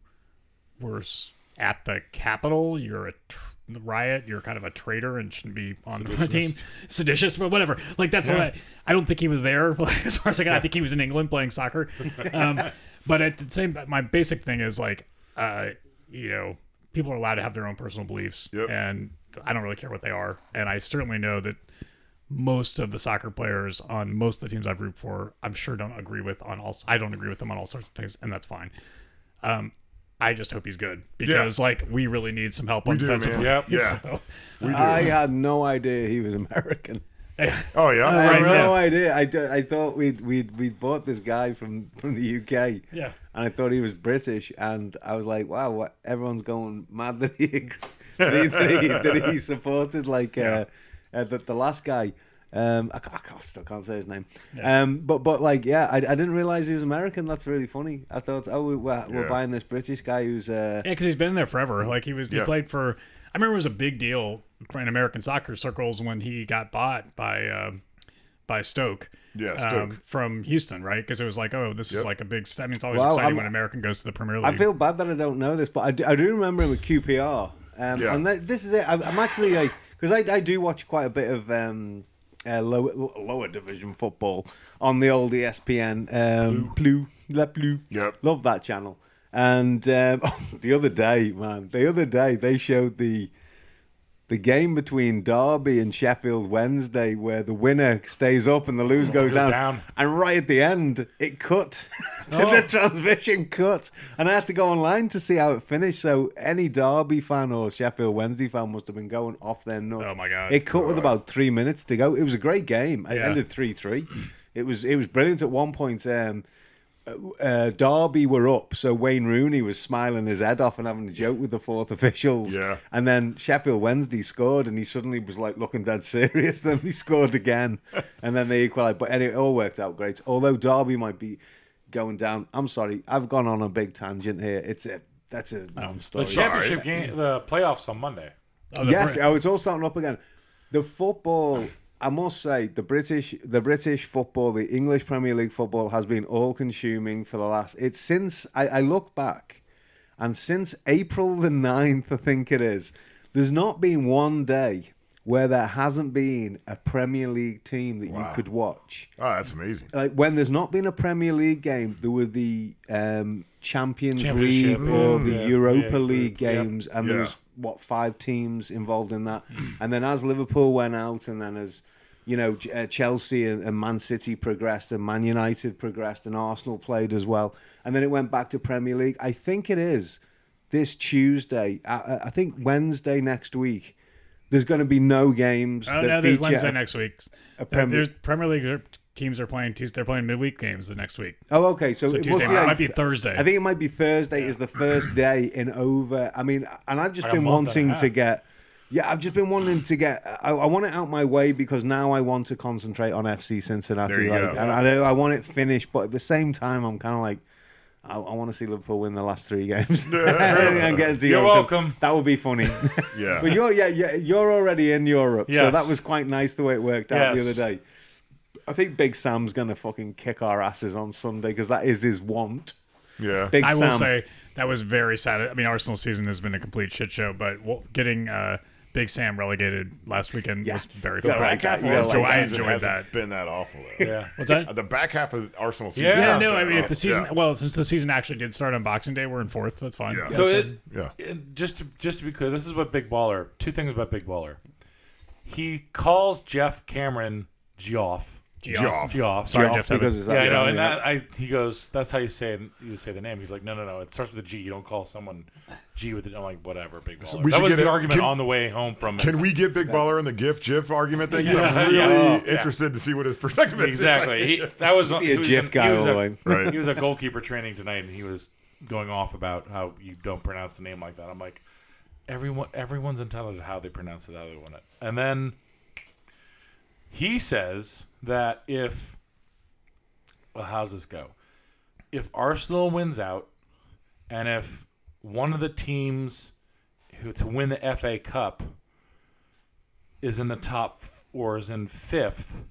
S1: were s- at the Capitol, you're a tr- riot, you're kind of a traitor and shouldn't be on the team. Seditious, but whatever. Like, that's what I, I don't think he was there, like, as far as I got. I think he was in England playing soccer. Um, but at the same my basic thing is, like, uh, you know, people are allowed to have their own personal beliefs,
S3: Yep.
S1: and I don't really care what they are. And I certainly know that most of the soccer players on most of the teams I've root for, I'm sure don't agree with on all. I don't agree with them on all sorts of things, and that's fine. Um, I just hope he's good because like we really need some help on
S3: do,
S1: defensive.
S3: man.
S2: Yep.
S3: Yeah.
S1: So,
S4: I had no idea he was American.
S3: Oh yeah.
S4: I had
S1: Right,
S4: no
S1: yeah.
S4: idea. I, d- I thought we'd, we'd, we'd bought this guy from, from the UK.
S1: Yeah.
S4: And I thought he was British. And I was like, wow, what, everyone's going mad that he, that he, that he, that he supported, like, uh, uh, the, the last guy. Um, I, can't, I can't- still can't say his name. Um, but, but like, yeah, I, I didn't realize he was American. That's really funny. I thought, oh, we, we're, we're
S3: Yeah.
S4: buying this British guy who's. Uh,
S1: yeah, because he's been there forever. Like he was, he
S3: Yeah.
S1: played for. I remember it was a big deal for in American soccer circles when he got bought um, by uh, by Stoke.
S3: Yeah,
S1: um,
S3: Stoke.
S1: from Houston, right? Because it was like, oh, this is
S3: Yep.
S1: like a big. St- I mean, it's always
S4: Wow,
S1: exciting
S4: I'm-
S1: when American goes to the Premier League.
S4: I feel bad that I don't know this, but I do, I do remember him with QPR. Um,
S3: Yeah.
S4: And that, this is it. I'm, I'm actually like, because I, I do watch quite a bit of um, uh, lower, lower division football on the old E ESPN. Um, Blue. La Blue.
S3: Yep.
S4: Love that channel. And um, the other day, man, the other day they showed the the game between Derby and Sheffield Wednesday, where the winner stays up and the loser goes
S2: Goes
S4: down.
S2: down.
S4: And right at the end, it cut to
S2: Oh.
S4: the transmission cut, and I had to go online to see how it finished. So any Derby fan or Sheffield Wednesday fan must have been going off their nuts.
S1: Oh, my God.
S4: It cut with about three minutes to go. It was a great game. It
S1: Yeah.
S4: ended three three. It was it was brilliant. At one point, um, uh, Derby were up, so Wayne Rooney was smiling his head off and having a joke with the fourth officials.
S3: Yeah.
S4: And then Sheffield Wednesday scored, and he suddenly was like looking dead serious. then he scored again, and then they equalised. But anyway, it all worked out great. Although Derby might be going down. I'm sorry, I've gone on a big tangent here. It's a that's a
S2: The
S4: non-story.
S2: championship game, the playoffs on Monday.
S1: Oh, the
S4: Yes,
S1: Brit-
S4: oh, it's all starting up again. The football, I must say, the British, the British football, the English Premier League football has been all-consuming for the last. It's since I, I look back, and since April the 9th, I think it is. There's not been one day where there hasn't been a Premier League team that you could watch
S3: Oh, that's amazing.
S4: like when there's not been a Premier League game, there were the um, Champions League
S2: Championship,
S4: or
S1: Mm.
S2: yeah,
S4: the
S2: yeah,
S4: Europa
S2: yeah,
S4: League
S2: yeah.
S4: games, and there
S3: Yeah.
S4: was what five teams involved in that.
S1: Mm.
S4: and then as Liverpool went out, and then as you know, Ch- uh, Chelsea and, and Man City progressed, and Man United progressed, and Arsenal played as well. And then it went back to Premier League. I think it is this Tuesday. I- I, I think Wednesday next week. There's going to be no games.
S1: Oh
S4: that
S1: no, there's
S4: feature
S1: Wednesday
S4: a-
S1: next week.
S4: Prem-
S1: There's Premier League they're- teams are playing Tuesday. They're playing midweek games the next week.
S4: Oh, okay. So, it
S1: Tuesday
S4: must be
S1: night.
S4: like-
S1: Might be Thursday.
S4: I think it might be Thursday is the first day in over. I mean, and I've just
S2: Like a
S4: been
S2: month and a
S4: wanting to
S2: half.
S4: get. Yeah, I've just been wanting to get. I, I want it out my way because now I want to concentrate on FC Cincinnati.
S3: There you
S4: like,
S3: go.
S4: And I, know I want it finished, but at the same time, I'm kind of like, I, I want to see Liverpool win the last three games. I'm getting to
S2: You're
S4: Europe 'cause
S2: welcome.
S4: That would be funny.
S3: Yeah.
S4: but you're yeah, yeah you're already in Europe, so
S2: Yes.
S4: that was quite nice the way it worked out
S2: Yes.
S4: the other day. I think Big Sam's gonna fucking kick our asses on Sunday because that is his want.
S3: yeah.
S4: Big
S1: I
S4: Sam.
S1: will say that was very sad. I mean, Arsenal season has been a complete shit show, but w- getting uh, Big Sam relegated last weekend
S4: Yeah.
S1: was very
S4: Gotta
S1: fun.
S4: like that. You
S1: I
S4: gotta
S1: enjoy-
S4: like
S1: I
S4: that.
S3: Season
S1: enjoyed
S3: hasn't
S1: that.
S3: Been that awful. Though. Uh,
S2: Yeah.
S1: What's that?
S3: The back half of Arsenal season.
S2: Yeah,
S1: Yeah,
S3: hasn't
S1: no, I
S3: been
S1: mean, if the
S3: awful.
S1: season,
S3: Yeah.
S1: well, since the season actually did start on Boxing Day, we're in fourth. That's fine.
S3: Yeah.
S2: So it,
S3: Yeah.
S2: it- just to, just to be clear, this is what Big Baller. Two things about Big Baller. He calls Jeff Cameron Geoff.
S1: Geoff.
S2: Geoff.
S1: Sorry,
S4: Off
S1: Jeff Tevin.
S4: because it's
S2: Yeah,
S4: that
S2: I know.
S4: song,
S2: And
S4: yeah.
S2: that, I, he goes, "That's how you say it, you say the name." He's like, "No, no, no. It starts with a G. You don't call someone G with it." I'm like, "Whatever, Big Baller."
S3: we
S2: that
S3: should
S2: was
S3: get
S2: the
S3: a-
S2: argument
S3: can-
S2: on the way home from.
S3: Can
S2: his-
S3: we get Big Baller in the GIF GIF argument thing? 'Cause I'm
S2: Yeah.
S1: Oh.
S3: really
S2: Yeah.
S3: interested to see what his perspective is.
S2: Exactly. He, that was
S4: be a
S2: he was
S4: GIF
S2: an-
S4: guy
S2: He was,
S4: all
S2: a,
S4: the way.
S3: Right.
S2: he was a goalkeeper training tonight, and he was going off about how you don't pronounce a name like that. I'm like, everyone, everyone's entitled to how they pronounce it, how they want it. And then he says that if, well, how's this go? If Arsenal wins out, and if one of the teams who to win the FA Cup is in the top f- or is in fifth,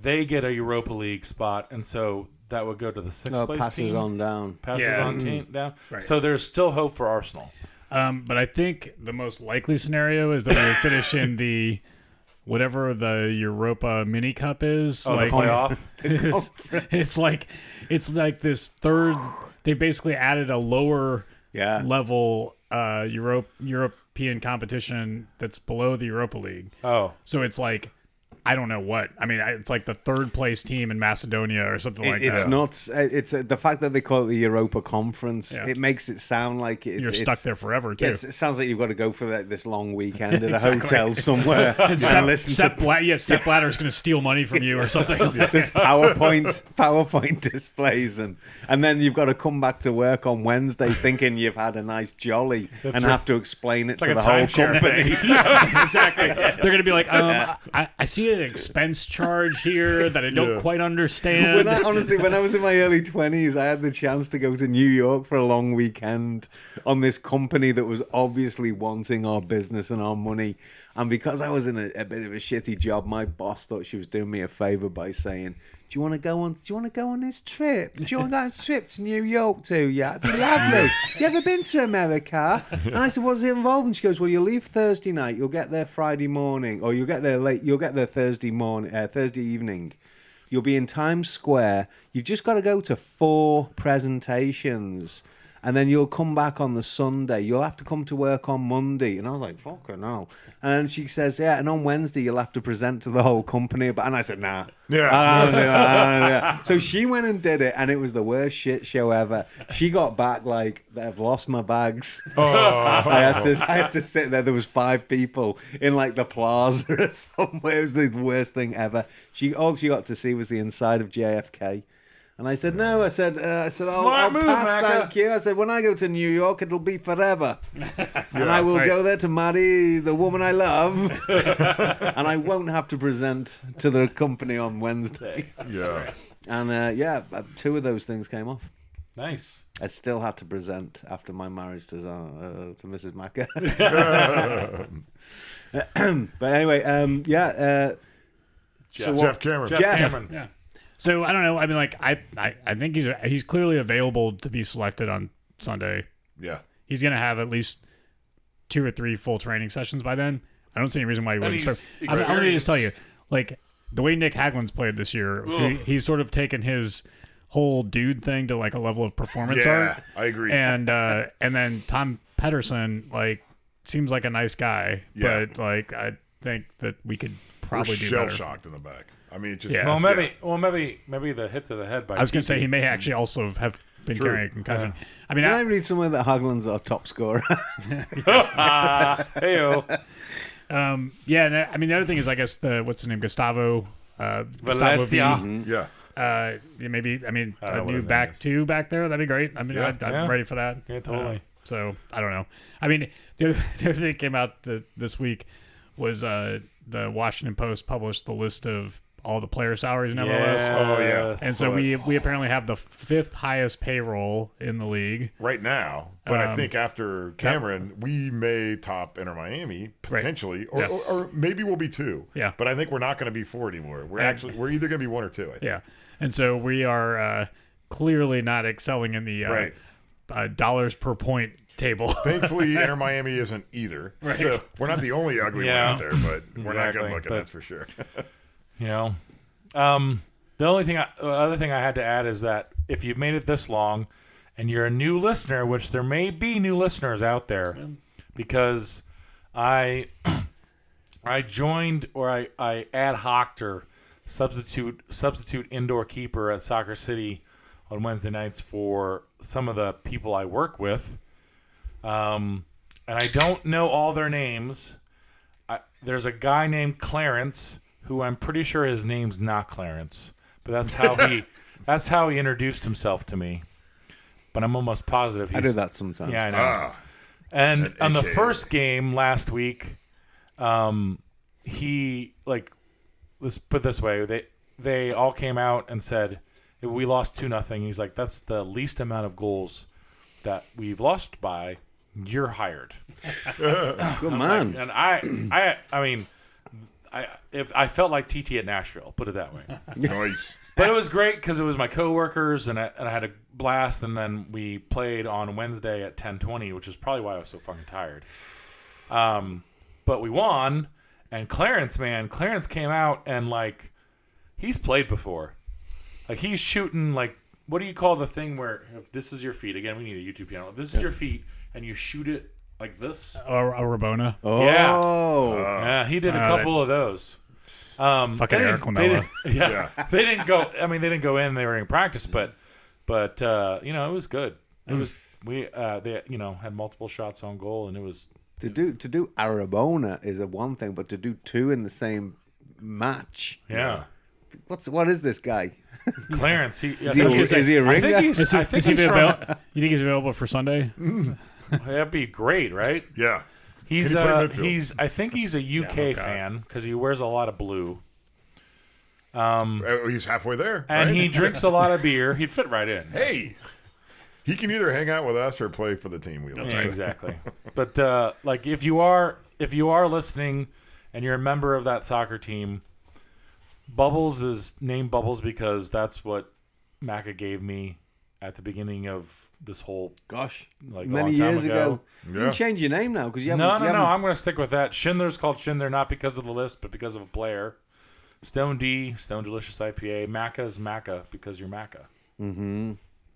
S2: they get a Europa League spot, and so that would go to the sixth
S4: No,
S2: place
S4: Oh, passes
S2: team.
S4: on down.
S2: Passes
S1: Yeah. Mm.
S2: on team down.
S1: Right.
S2: So there's still hope for Arsenal.
S1: Um, but I think the most likely scenario is that we would finish in the whatever the Europa Mini Cup is.
S2: Oh,
S1: like
S2: the playoff.
S4: Oh,
S1: it's, it's like it's like this third. They basically added a lower
S4: Yeah.
S1: level uh, Europe European competition that's below the Europa League.
S2: oh,
S1: So it's like I don't know what. I mean, I- it's like the third place team in Macedonia or something like
S4: It- it's
S1: that.
S4: not. It's uh, the fact that they call it the Europa Conference.
S1: Yeah.
S4: It makes it sound like it,
S1: You're
S4: it's,
S1: stuck there forever too.
S4: It's, it sounds like you've got to go for that, this long weekend at a
S1: Exactly.
S4: hotel somewhere and
S1: Sepp,
S4: listen
S1: Sepp
S4: to
S1: Bla- yeah, Sepp Blatter's going to steal money from you or something.
S4: this PowerPoint PowerPoint displays, and and then you've got to come back to work on Wednesday thinking you've had a nice jolly and have to explain it to
S2: like
S4: the
S2: a
S4: whole
S2: timeshare
S4: company.
S1: exactly. They're going to be like, um, I, I see an expense charge here that I don't
S3: Yeah.
S1: quite
S4: when
S1: understand.
S4: I, honestly, when I was in my early 20s, I had the chance to go to New York for a long weekend on this company that was obviously wanting our business and our money. And because I was in a, a bit of a shitty job, my boss thought she was doing me a favor by saying, "Do you want to go on? Do you want to go on this trip? Do you want to go on this trip to New York too? Yeah, it'd be lovely. you ever been to America?" And I said, "What's it involved?" And she goes, "Well, you leave Thursday night. You'll get there Friday morning, or you'll get there late. You'll get there Thursday morning, uh, Thursday evening." You'll be in Times Square. You've just got to go to four presentations. And then you'll come back on the Sunday. You'll have to come to work on Monday. And I was like, fucking hell. And she says, yeah, and on Wednesday, you'll have to present to the whole company. But And I said, nah.
S3: Yeah.
S4: I don't do that. I don't do that. So she went and did it, and it was the worst shit show ever. She got back like, I've lost my bags.
S3: Oh.
S4: Oh, I had to I had to sit there. There was five people in like the plaza or somewhere. It was the worst thing ever. She all she got to see was the inside of JFK. And I said, no, I said, uh, I said, I'll,
S2: Smart
S4: I'll
S2: move,
S4: pass,
S2: Macca.
S4: thank you. I said, when I go to New York, it'll be forever. and I will
S1: right.
S4: go there to marry the woman I love. and I won't have to present to the company on Wednesday.
S3: Yeah.
S4: And uh, yeah, uh, two of those things came off.
S2: Nice.
S4: I still had to present after my marriage to, Zan- uh, to Mrs. Macker. but anyway, um, yeah, uh,
S2: Jeff,
S3: Jeff Cameron.
S2: Jeff
S4: Jeff.
S2: Cameron.
S1: Yeah. So I don't know. I mean, like I, I, I think he's he's clearly available to be selected on Sunday.
S3: Yeah.
S1: He's gonna have at least two or three full training sessions by then. I don't see any reason why he wouldn't
S2: he's
S1: start. I'm, I'm gonna just
S2: experienced.
S1: tell you, like the way Nick Hagland's played this year, he,
S2: Ugh.
S1: he's sort of taken his whole dude thing to like a level of performance
S3: Yeah,
S1: art.
S3: I agree.
S1: And uh, and then Tom Pedersen like seems like a nice guy,
S3: Yeah.
S1: but like I think that we could
S3: We're
S1: probably do
S3: shell
S1: better.
S3: shocked in the back. I mean, it just
S1: Yeah.
S2: Well,
S1: Well,
S2: maybe, well, maybe, maybe the hit to the head by.
S1: I was going to say he may actually also have been carrying a concussion. I mean,
S4: can
S1: I,
S4: I read somewhere that Hagland's our top scorer?
S2: Heyo.
S1: um, yeah. And I, I mean, the other thing is, I guess the what's his name, Gustavo. Uh, Gustavo V.
S2: Valencia.
S3: Yeah.
S1: Uh, yeah, maybe. I mean,
S2: don't know
S1: a
S2: what
S1: new
S2: his name
S1: back
S2: is.
S1: two back there. That'd be great. I mean,
S3: Yeah.
S1: I, I'm
S2: Yeah.
S1: ready for that.
S2: Yeah, totally.
S1: Uh, so I don't know. I mean, the other, the other thing that came out the, this week was uh, the Washington Post published the list of all the player salaries in MLS.
S3: Oh, yeah.
S2: Yes.
S1: And so we we apparently have the fifth highest payroll in the league.
S3: Right now, but
S1: Um,
S3: I think after Cameron, we may top Inter Miami potentially, or,
S1: Yeah.
S3: or, or maybe we'll be two.
S1: Yeah.
S3: But I think we're not going to be four anymore. We're actually we're either going to be one or two. I think.
S1: Yeah, and so we are uh, clearly not excelling in the uh,
S3: Right.
S1: uh, dollars per point table.
S3: Thankfully, Inter Miami isn't either. So we're not the only ugly
S2: Yeah.
S3: one out there, but we're not
S2: Exactly,
S3: good looking.
S2: but-
S3: That's for sure.
S2: you know um the only thing I, the other thing i had to add is that if you've made it this long and you're a new listener which there may be new listeners out there because i i joined or i i ad hoc or substitute substitute indoor keeper at soccer city on wednesday nights for some of the people i work with um and i don't know all their names I, there's a guy named Clarence who I'm pretty sure his name's not Clarence, but that's how he that's how he introduced himself to me. But I'm almost positive he's
S4: I do that sometimes.
S2: Yeah, I know.
S3: Ah,
S2: And on the
S3: AKA.
S2: first game last week, um, he like let's put it this way they they all came out and said we lost two nothing. He's like that's the least amount of goals that we've lost by. You're hired.
S4: Good man.
S2: And I, I, I mean, I if I felt like TT at Nashville, put it that way.
S3: nice.
S2: But it was great because it was my coworkers, and I, and I had a blast. And then we played on Wednesday at ten twenty, which is probably why I was so fucking tired. Um, but we won, and Clarence, man, Clarence came out and like, he's played before, like he's shooting like what do you call the thing where if this is your feet again? We need a YouTube channel. This is your feet, and you shoot it like this.
S1: or a Rabona.
S4: Oh,
S2: Yeah.
S4: yeah.
S2: Yeah, he did a
S1: Uh,
S2: couple of those. Um,
S1: Fucking
S2: they
S1: Eric
S2: didn't-
S1: Lamella.
S2: They didn't, yeah, they didn't go. I mean, they didn't go in. They were in practice, but but uh, you know, it was good. It was we uh, they you know had multiple shots on goal, and it was
S4: to do to do Arabona is a one thing, but to do two in the same match,
S2: yeah.
S4: what's what is this guy?
S2: Clarence, he, I
S4: Is he,
S2: think he's.
S4: is he a
S2: I
S4: ringer?
S2: think he's.
S1: Is he,
S2: I think
S1: is he
S2: he's from,
S1: avail- you think he's available for Sunday?
S2: That'd be great, right?
S3: Yeah.
S2: He's.
S3: Can he play
S2: uh,
S3: midfield?
S2: he's. I think he's a UK fan 'cause
S1: okay.
S2: fan because he wears a lot of blue.
S3: Uh, He's halfway there.
S2: and
S3: right?
S2: he drinks a lot of beer. He'd fit right in.
S3: Hey, he can either hang out with us or play for the team we love.
S2: Yeah, exactly. but uh, like, if you are if you are listening and you're a member of that soccer team, Bubbles is named Bubbles because that's what Maca gave me at the beginning of this whole.
S4: Gosh,
S2: Like, a
S4: many
S2: long time
S4: years ago.
S2: ago.
S4: You
S3: Yeah.
S4: can change your name now because you haven't.
S2: No, no,
S4: you
S2: no.
S4: haven't-
S2: I'm going to stick with that. Schindler's called Schindler not because of the list, but because of a player. Stone D, Stone Delicious IPA. Maca's Maca because you're Maca.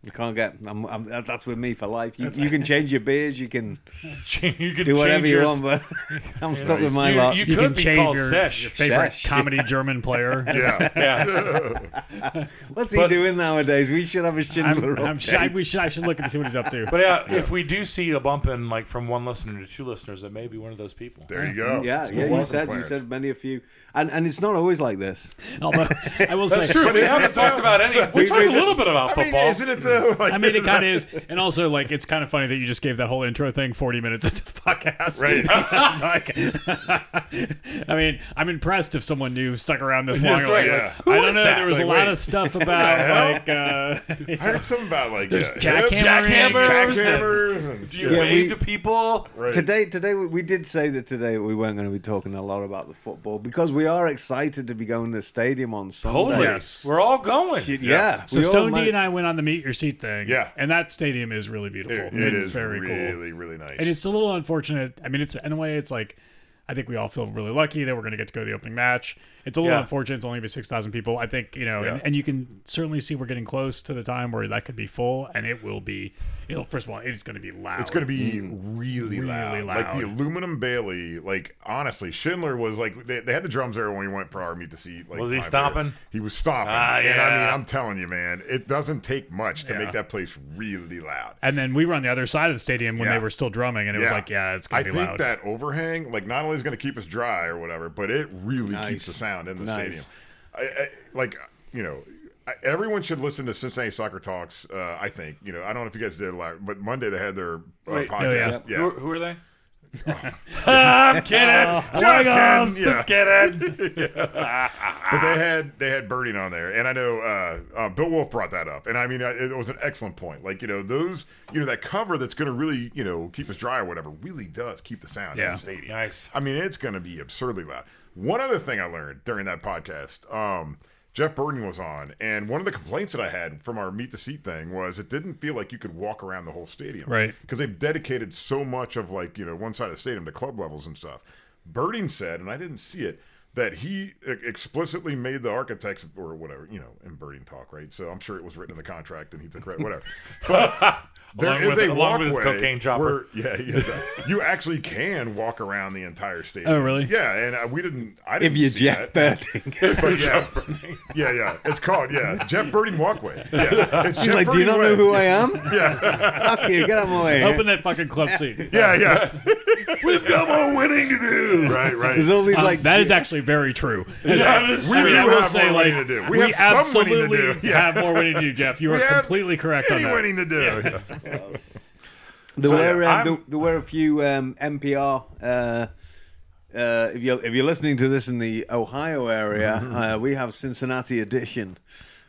S4: You can't get. I'm, I'm, that- that's with me for life. You, you can change your beers. You can
S2: you can
S4: do whatever
S2: change
S4: you
S2: your-
S4: want, but I'm stuck with my
S2: You,
S4: lot.
S2: you
S1: You
S2: could
S1: can
S2: be
S1: change
S2: called
S1: your,
S2: Sesh.
S1: your favorite
S4: Sesh,
S1: comedy German player.
S3: Yeah.
S2: yeah.
S4: What's
S2: but-
S4: he doing nowadays? We should have a Schindler
S1: I'm, I'm
S4: update.
S1: shy- we should, I should look and see what he's up to.
S2: But yeah, if we do see a bump in like from one listener to two listeners, it may be one of those people.
S3: There you go.
S4: yeah,
S3: So
S4: yeah. You
S3: welcome,
S4: said you
S3: Clarence.
S4: said many a few, and and it's not always like this.
S1: Although I will say,
S2: We haven't talked about any. We
S4: we-
S2: talked a
S4: we-
S2: little bit about
S3: I mean,
S2: football.
S3: isn't it though? Like,
S1: I mean, it kind of is, and also like it's kind of funny that you just gave that whole intro thing 40 minutes into the podcast.
S3: Right.
S1: It's like- I mean, I'm impressed if someone new stuck around this long.
S2: That's
S1: like,
S2: right.
S1: like,
S3: Yeah.
S2: Who
S1: I don't
S2: is
S1: know.
S2: that?
S1: There was a
S3: Like,
S1: lot
S3: wait.
S1: of stuff about like uh,
S3: I heard something about like
S1: There's
S3: uh,
S1: jackhammering.
S3: jackhammers,
S2: Jackhammers
S3: and,
S2: Do you
S4: Yeah,
S2: wave
S4: we-
S2: to people?
S3: Right.
S4: Today, today we, we did say that today we weren't going to be talking a lot about the football because we are excited to be going to the stadium on Sunday.
S2: Totally.
S1: Yes.
S2: We're all going.
S4: Shit,
S3: Yeah.
S4: yeah.
S1: So Stone D and I went on the meet your seat thing.
S3: Yeah.
S1: and that stadium is really beautiful.
S3: It- it
S1: It's
S3: is
S1: very cool.
S3: really, really nice.
S1: And it's a little unfortunate. I mean, it's in a way, it's like I think we all feel really lucky that we're going to get to go to the opening match. It's a little
S2: Yeah.
S1: unfortunate. It's only going to be six thousand people. I think you know,
S3: Yeah.
S1: and, and you can certainly see we're getting close to the time where that could be full, and it will be. It'll first of all, it's going to be loud.
S3: It's going to be really, loud. Like
S1: loud.
S3: the aluminum Bailey, like honestly, Schindler was like they, they had the drums there when we went for our meet to see. Like,
S2: Was he
S3: time
S2: stomping?
S3: there. He was stomping.
S2: Ah,
S3: And I mean,
S2: yeah.
S3: I'm telling you, man, it doesn't take much to
S1: Yeah.
S3: make that place really loud.
S1: And then we were on the other side of the stadium when
S3: Yeah.
S1: they were still drumming, and it was like, yeah, it's
S3: I
S1: going to be
S3: think
S1: loud.
S3: that overhang, like, not only is going to keep us dry or whatever, but it really keeps
S4: Nice.
S3: the sound in the stadium.
S4: Nice.
S3: I, I, like, you know, I, everyone should listen to Cincinnati Soccer Talks. Uh, I think, you know, I don't know if you guys did a lot, but Monday they had their uh,
S2: Wait. Oh,
S3: podcast. yeah.
S2: Who, who are they?
S3: Oh
S2: I'm kidding. Just,
S3: kidding.
S2: just kidding.
S3: But they had they had Birdie on there, and I know uh, uh, Bill Wolf brought that up, and I mean I- it was an excellent point. Like you know those you know that cover that's going to really you know keep us dry or whatever really does keep the sound in
S1: Yeah.
S3: the stadium.
S2: Nice.
S3: I mean it's going to be absurdly loud. One other thing I learned during that podcast, um, Jeff Burden was on, and one of the complaints that I had from our meet the seat thing was it didn't feel like you could walk around the whole stadium,
S1: Right.
S3: Because they've dedicated so much of like you know one side of the stadium to club levels and stuff. Birding said, and I didn't see it, that he e- explicitly made the architects or whatever you know in Birding talk, right? So I'm sure it was written in the contract, and he took credit, whatever. But there
S2: Along
S3: is
S2: with-
S3: a
S2: along with
S3: walkway
S2: his cocaine chopper.
S3: where yeah, yeah, exactly. you actually can walk around the entire stadium.
S1: Oh, really?
S3: Yeah, and uh, we didn't. I didn't
S4: if you
S3: see
S4: Jack
S3: that.
S4: Birding,
S3: But yeah, yeah, yeah. It's called yeah, Jeff Birding Walkway. Yeah, it's
S4: he's like, "Do you not know who I am?" yeah. Fuck you, get out of my way.
S1: Open that fucking club seat.
S3: Yeah, yeah. We've got more winning to do. Right, right.
S4: There's all these
S1: Um,
S4: like
S1: that is actually very true.
S3: we
S1: I mean,
S3: do
S1: I will
S3: have
S1: say,
S3: more winning
S1: like,
S3: to do. We
S1: We,
S3: have some winning to
S1: absolutely
S3: do. Yeah.
S1: have more winning to do, Jeff. You are
S3: We have
S1: completely correct on
S3: Any
S1: that.
S3: winning to do.
S4: There were
S2: yeah,
S4: um,
S2: I'm-
S4: there, there were a few um, NPR. Uh, uh, if you're if you're listening to this in the Ohio area, uh, we have Cincinnati edition,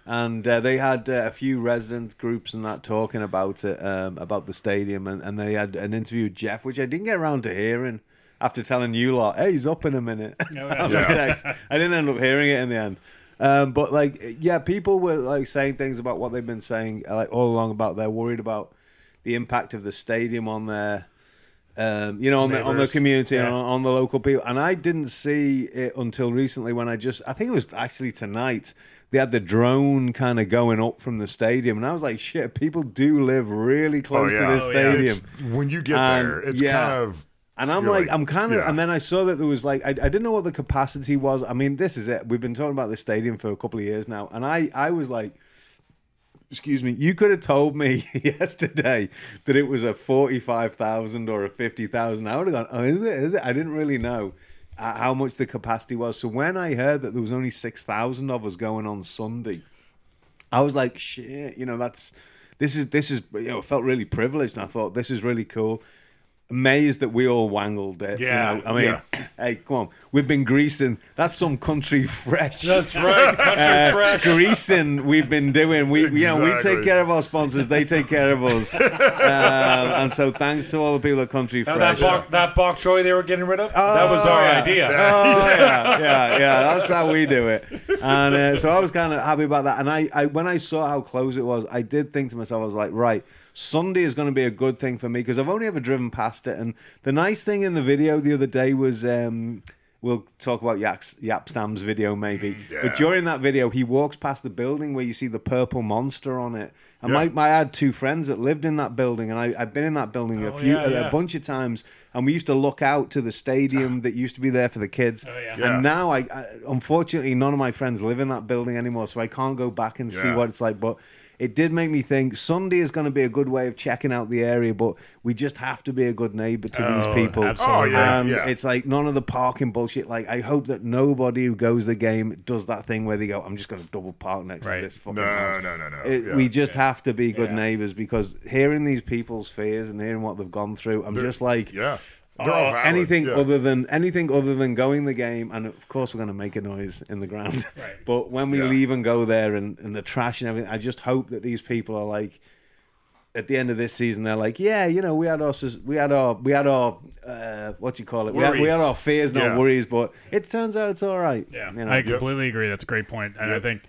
S4: and uh, they had uh, a few resident groups and that talking about it um, about the stadium, and, and they had an interview with Jeff, which I didn't get around to hearing. After telling you lot, hey, he's up in a minute.
S2: Oh,
S1: yeah.
S4: That was my
S3: Yeah.
S4: text. I didn't end up hearing it in the end. Um, but like, yeah, people were like saying things about what they've been saying uh, like all along about they're worried about the impact of the stadium on their, um, you know, on the on the
S2: Neighbors.
S4: community and
S2: Yeah.
S4: on, on the local people. And I didn't see it until recently when I just, I think it was actually tonight. They had the drone kind of going up from the stadium, and I was like, "Shit, people do live really close to this
S1: Oh, yeah.
S4: stadium."
S3: It's- when you get
S4: And,
S3: there, it's
S4: yeah.
S3: kind of.
S4: And I'm
S3: you're
S4: like, I'm kind of,
S3: yeah.
S4: and then I saw that there was like, I, I didn't know what the capacity was. I mean, this is it. We've been talking about this stadium for a couple of years now, and I, I was like, excuse me, you could have told me yesterday that it was a forty-five thousand or a fifty thousand. I would have gone, oh, is it? Is it? I didn't really know uh, how much the capacity was. So when I heard that there was only six thousand of us going on Sunday, I was like, shit, you know, that's this is this is you know, I felt really privileged, and I thought this is really cool. amazed that we all wangled it. you
S2: Yeah,
S4: know? I mean, hey, come on, we've been greasing. That's some country fresh.
S2: That's right. Country
S4: uh,
S2: fresh.
S4: greasing we've been doing. We you know we
S3: Exactly.
S4: take care of our sponsors. They take care of us. um, and so thanks to all the people at Country
S2: Now
S4: Fresh.
S2: that bok, that bok choy they were getting rid of,
S3: Oh,
S2: that was our
S4: yeah.
S2: idea.
S4: Oh yeah, yeah, yeah. That's how we do it. And uh, so I was kind of happy about that. And I, I, when I saw how close it was, I did think to myself, I was like, right, Sunday is going to be a good thing for me because I've only ever driven past it. And the nice thing in the video the other day was. Um, We'll talk about Yaps, Yapstam's video maybe.
S3: yeah.
S2: Mm,
S4: But during that video, he walks past the building where you see the purple monster on it. And my, my, I had two friends that lived in that building, and I, I've been in that building a
S2: Oh,
S4: few,
S2: yeah,
S4: a-
S2: yeah.
S4: a bunch of times, and we used to look out to the stadium that used to be there for the kids.
S2: yeah.
S3: Yeah.
S4: And now, I, I unfortunately, none of my friends live in that building anymore, so I can't go back and see
S3: Yeah.
S4: what it's like. But it did make me think Sunday is going to be a good way of checking out the area, but we just have to be a good neighbor to
S1: Oh,
S4: these people.
S1: absolutely.
S3: Oh, yeah,
S4: and
S3: yeah.
S4: it's like none of the parking bullshit. Like, I hope that nobody who goes to the game does that thing where they go, "I'm just going to double park next
S1: Right.
S4: to this fucking house."
S3: No, no, no, no.
S4: It,
S3: Oh, Yeah.
S4: We just have to be good
S2: Yeah.
S4: neighbors because hearing these people's fears and hearing what they've gone through, I'm just like,
S3: yeah. They're all
S1: Oh,
S3: valid.
S4: anything
S3: yeah.
S4: other than anything other than going the game, and of course we're going to make a noise in the ground. But when we
S3: Yeah.
S4: leave and go there, and, and the trash and everything, I just hope that these people are like, at the end of this season, they're like, yeah, you know, we had our sus- we had our we had our uh, what do you call it? We had, we
S2: Worries.
S4: had our fears, not
S3: Yeah.
S4: worries, but it turns out it's all right.
S1: Yeah,
S4: you know,
S1: I completely agree. That's a great point, and I
S3: Yep.
S1: think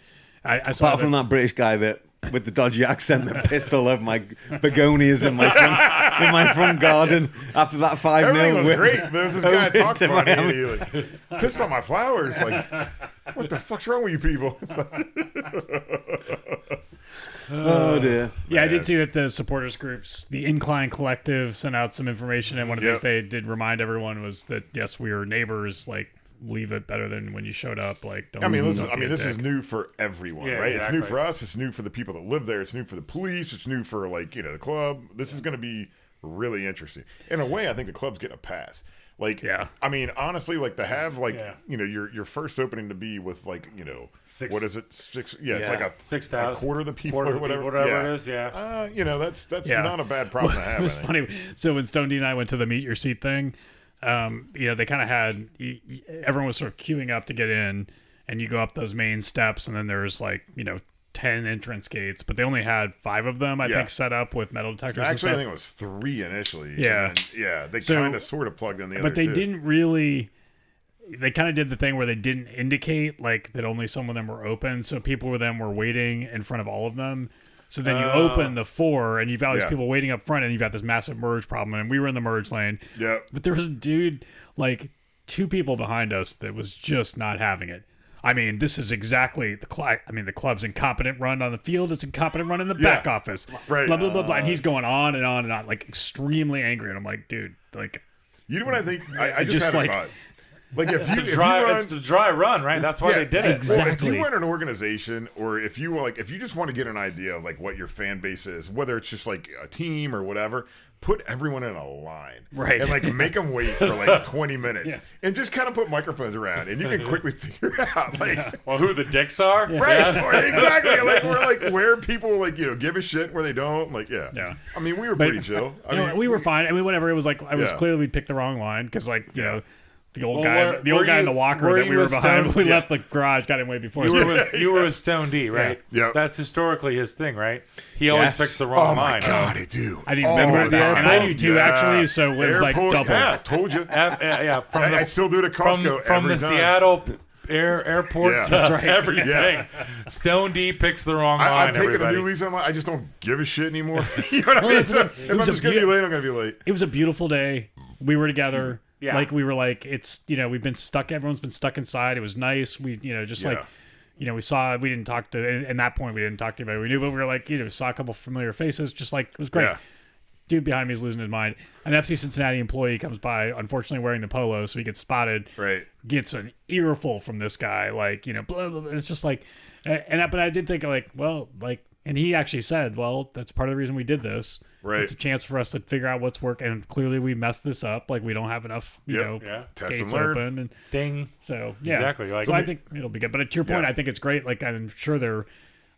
S1: I, I saw
S4: apart from that British guy that with the dodgy accent that pissed all over my begonias in my front, in my front garden after that five 0
S3: Everything was great. There was this guy
S4: over
S3: talked
S4: to
S3: funny and
S4: Miami.
S3: he like, pissed on my flowers. Like, what the fuck's wrong with you people? It's like,
S4: Oh dear.
S1: Yeah, I did see that the supporters groups, the Incline Collective, sent out some information, and one of the
S3: Yep.
S1: things they did remind everyone was that yes, we were neighbors. Like, leave it better than when you showed up. Like, don't.
S3: I mean, this is,
S1: don't
S3: I
S1: be a
S3: mean, this is
S1: dick.
S3: new for everyone,
S2: Yeah,
S3: right? It's new
S2: exactly.
S3: for us. It's new for the people that live there. It's new for the police. It's new for like you know the club. This is going to be really interesting. In a way, I think the club's getting a pass. Like,
S1: Yeah.
S3: I mean, honestly, like to have like
S2: Yeah.
S3: you know your your first opening to be with like you know
S2: Six-
S3: what is it six? Yeah, it's
S4: Yeah.
S3: like a
S2: Six
S3: a
S2: thousand-
S3: quarter of the people
S2: quarter of
S3: or
S2: the
S3: whatever,
S2: people, whatever it is, yeah.
S3: uh, you know that's that's
S1: Yeah.
S3: not a bad problem to have.
S1: it was
S3: I think.
S1: funny. So when Stone D and I went to the meet your seat thing, um, you know, they kind of had y- y- everyone was sort of queuing up to get in, and you go up those main steps, and then there's like you know ten entrance gates, but they only had five of them, I
S3: Yeah.
S1: think, set up with metal detectors. and
S3: Actually, I
S1: stuff.
S3: think it was three initially.
S1: Yeah.
S3: and, yeah. They
S1: So-
S3: kind of sort of plugged in the other.
S1: but they
S3: two.
S1: didn't really they kind of did the thing where they didn't indicate like that only some of them were open so people with them were waiting in front of all of them so then you open the four and you've got all these
S3: Oh. Yeah.
S1: people waiting up front and you've got this massive merge problem and we were in the merge lane
S3: Yeah.
S1: but there was a dude like two people behind us that was just not having it I mean, this is exactly the club. I mean, the club's incompetent run on the field. It's incompetent run in the back office.
S3: Right. Uh.
S1: Blah blah blah blah. And he's going on and on and on, like extremely angry. And I'm like, dude, like
S3: You know what I think? I, I just,
S1: just
S3: had
S1: like-
S3: a thought. Like if you, if you
S2: Dry,
S3: run,
S2: it's the dry run, right? That's why
S3: Yeah,
S2: they did it.
S1: exactly.
S3: Well, if you run an organization, or if you like, if you just want to get an idea of like what your fan base is, whether it's just like a team or whatever, put everyone in a line,
S1: Right.
S3: and like make them wait for like twenty minutes, and just kind of put microphones around, and you can quickly figure out like.
S2: Well, who the dicks are?
S3: Right, or exactly. Like we're like where people like you know give a shit where they don't. Like yeah,
S1: Yeah.
S3: I mean we were pretty chill. I
S1: You know,
S3: mean
S1: we were fine. I mean, whatever. It was like I was
S3: Yeah.
S1: clearly we picked the wrong line because, like, you know, the old
S2: Well,
S1: guy,
S2: were-
S1: the old
S2: were
S1: guy in
S2: you-
S1: the walker
S2: were
S1: that
S2: you
S1: we were
S2: with
S1: behind.
S2: Stone?
S1: We
S2: Yeah.
S1: left the garage, got him way before.
S2: You
S1: us.
S2: were with, you were with Stone D, right?
S3: Yeah.
S2: That's historically his thing, right? He always
S4: Yes.
S2: picks the
S3: Oh
S2: wrong
S3: my
S2: line.
S3: god, I do.
S1: I didn't
S3: All
S1: remember
S3: the
S1: that.
S3: time.
S1: And I do too, actually, so it was, like,
S3: Airport-
S1: double.
S3: Yeah, told you.
S2: F- yeah, yeah, from
S3: I,
S2: the
S3: I still do it at Costco
S2: from, from
S3: every
S2: the
S3: time.
S2: Seattle air, airport
S3: Yeah.
S2: to
S3: That's
S1: right.
S2: everything. Stone D picks the wrong line.
S3: I, I'm taking
S2: everybody.
S3: a new lease on life. I just don't give a shit anymore. you know what I mean?
S1: that's
S3: So,
S1: what-
S3: if
S1: it
S3: I'm
S1: was a
S3: just gonna be
S1: beaut-
S3: late, I'm gonna be late.
S1: it was a beautiful day. We were together.
S2: Yeah.
S1: Like we were like it's you know we've been stuck. Everyone's been stuck inside. It was nice. We you know just
S3: Yeah.
S1: like you know we saw we didn't talk to and at that point we didn't talk to anybody we knew, but we were like you know saw a couple familiar faces. Just like it was great.
S3: Yeah.
S1: Dude behind me is losing his mind. An FC Cincinnati employee comes by, unfortunately wearing the polo, so he gets spotted.
S3: Right.
S1: Gets an earful from this guy, like you know, blah blah. blah. It's just like, a- and I, but I did think like, well, like, and he actually said, well, that's part of the reason we did this.
S3: Right.
S1: It's a chance for us to figure out what's working. And clearly, we messed this up. Like we don't have enough, you
S3: Yep.
S1: know,
S2: Yeah.
S3: Test
S1: gates
S3: and learn.
S1: open, and
S2: Ding.
S1: so yeah,
S2: Exactly, like-
S1: so I think it'll be good. But to your point,
S3: Yeah.
S1: I think it's great. Like I'm sure they're,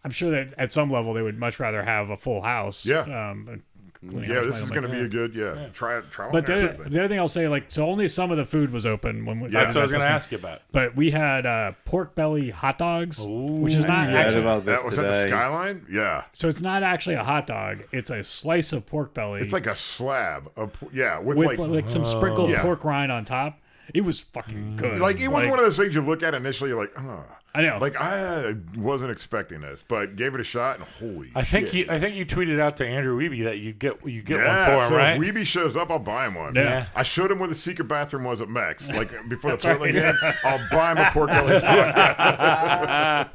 S1: I'm sure that at some level they would much rather have a full house.
S3: Yeah.
S1: Um, Cleaning
S3: Yeah,
S1: up
S3: this
S1: my
S3: is
S1: own-
S3: going to be a good yeah. Try it. Try
S1: But the,
S3: it.
S1: the other thing I'll say, like, so only some of the food was open when we.
S2: That's what I was
S1: when
S2: going
S1: listening.
S2: to ask you about.
S1: But we had uh, pork belly hot dogs, which is not
S4: Heard
S1: actually,
S4: about this
S3: That was at the
S4: today.
S3: skyline. Yeah,
S1: so it's not actually a hot dog. It's a slice of pork belly.
S3: it's like a slab. Of, p- yeah, with,
S1: with
S3: like.
S1: like, some sprinkled
S3: Yeah. Mm.
S1: pork rind on top. It was fucking good.
S3: like it was one of those things you look at initially, you're like, huh.
S1: I know.
S3: Like I wasn't expecting this, but gave it a shot, and holy!
S2: I think
S3: shit.
S2: you, I think you tweeted out to Andrew Weeby that you get you get
S3: Yeah,
S2: one for him,
S3: so
S2: right?
S3: if Weeby shows up, I'll buy him one.
S1: Yeah.
S2: Yeah.
S3: I showed him where the secret bathroom was at Max, like before the toilet game. I'll buy him a pork belly. Yeah.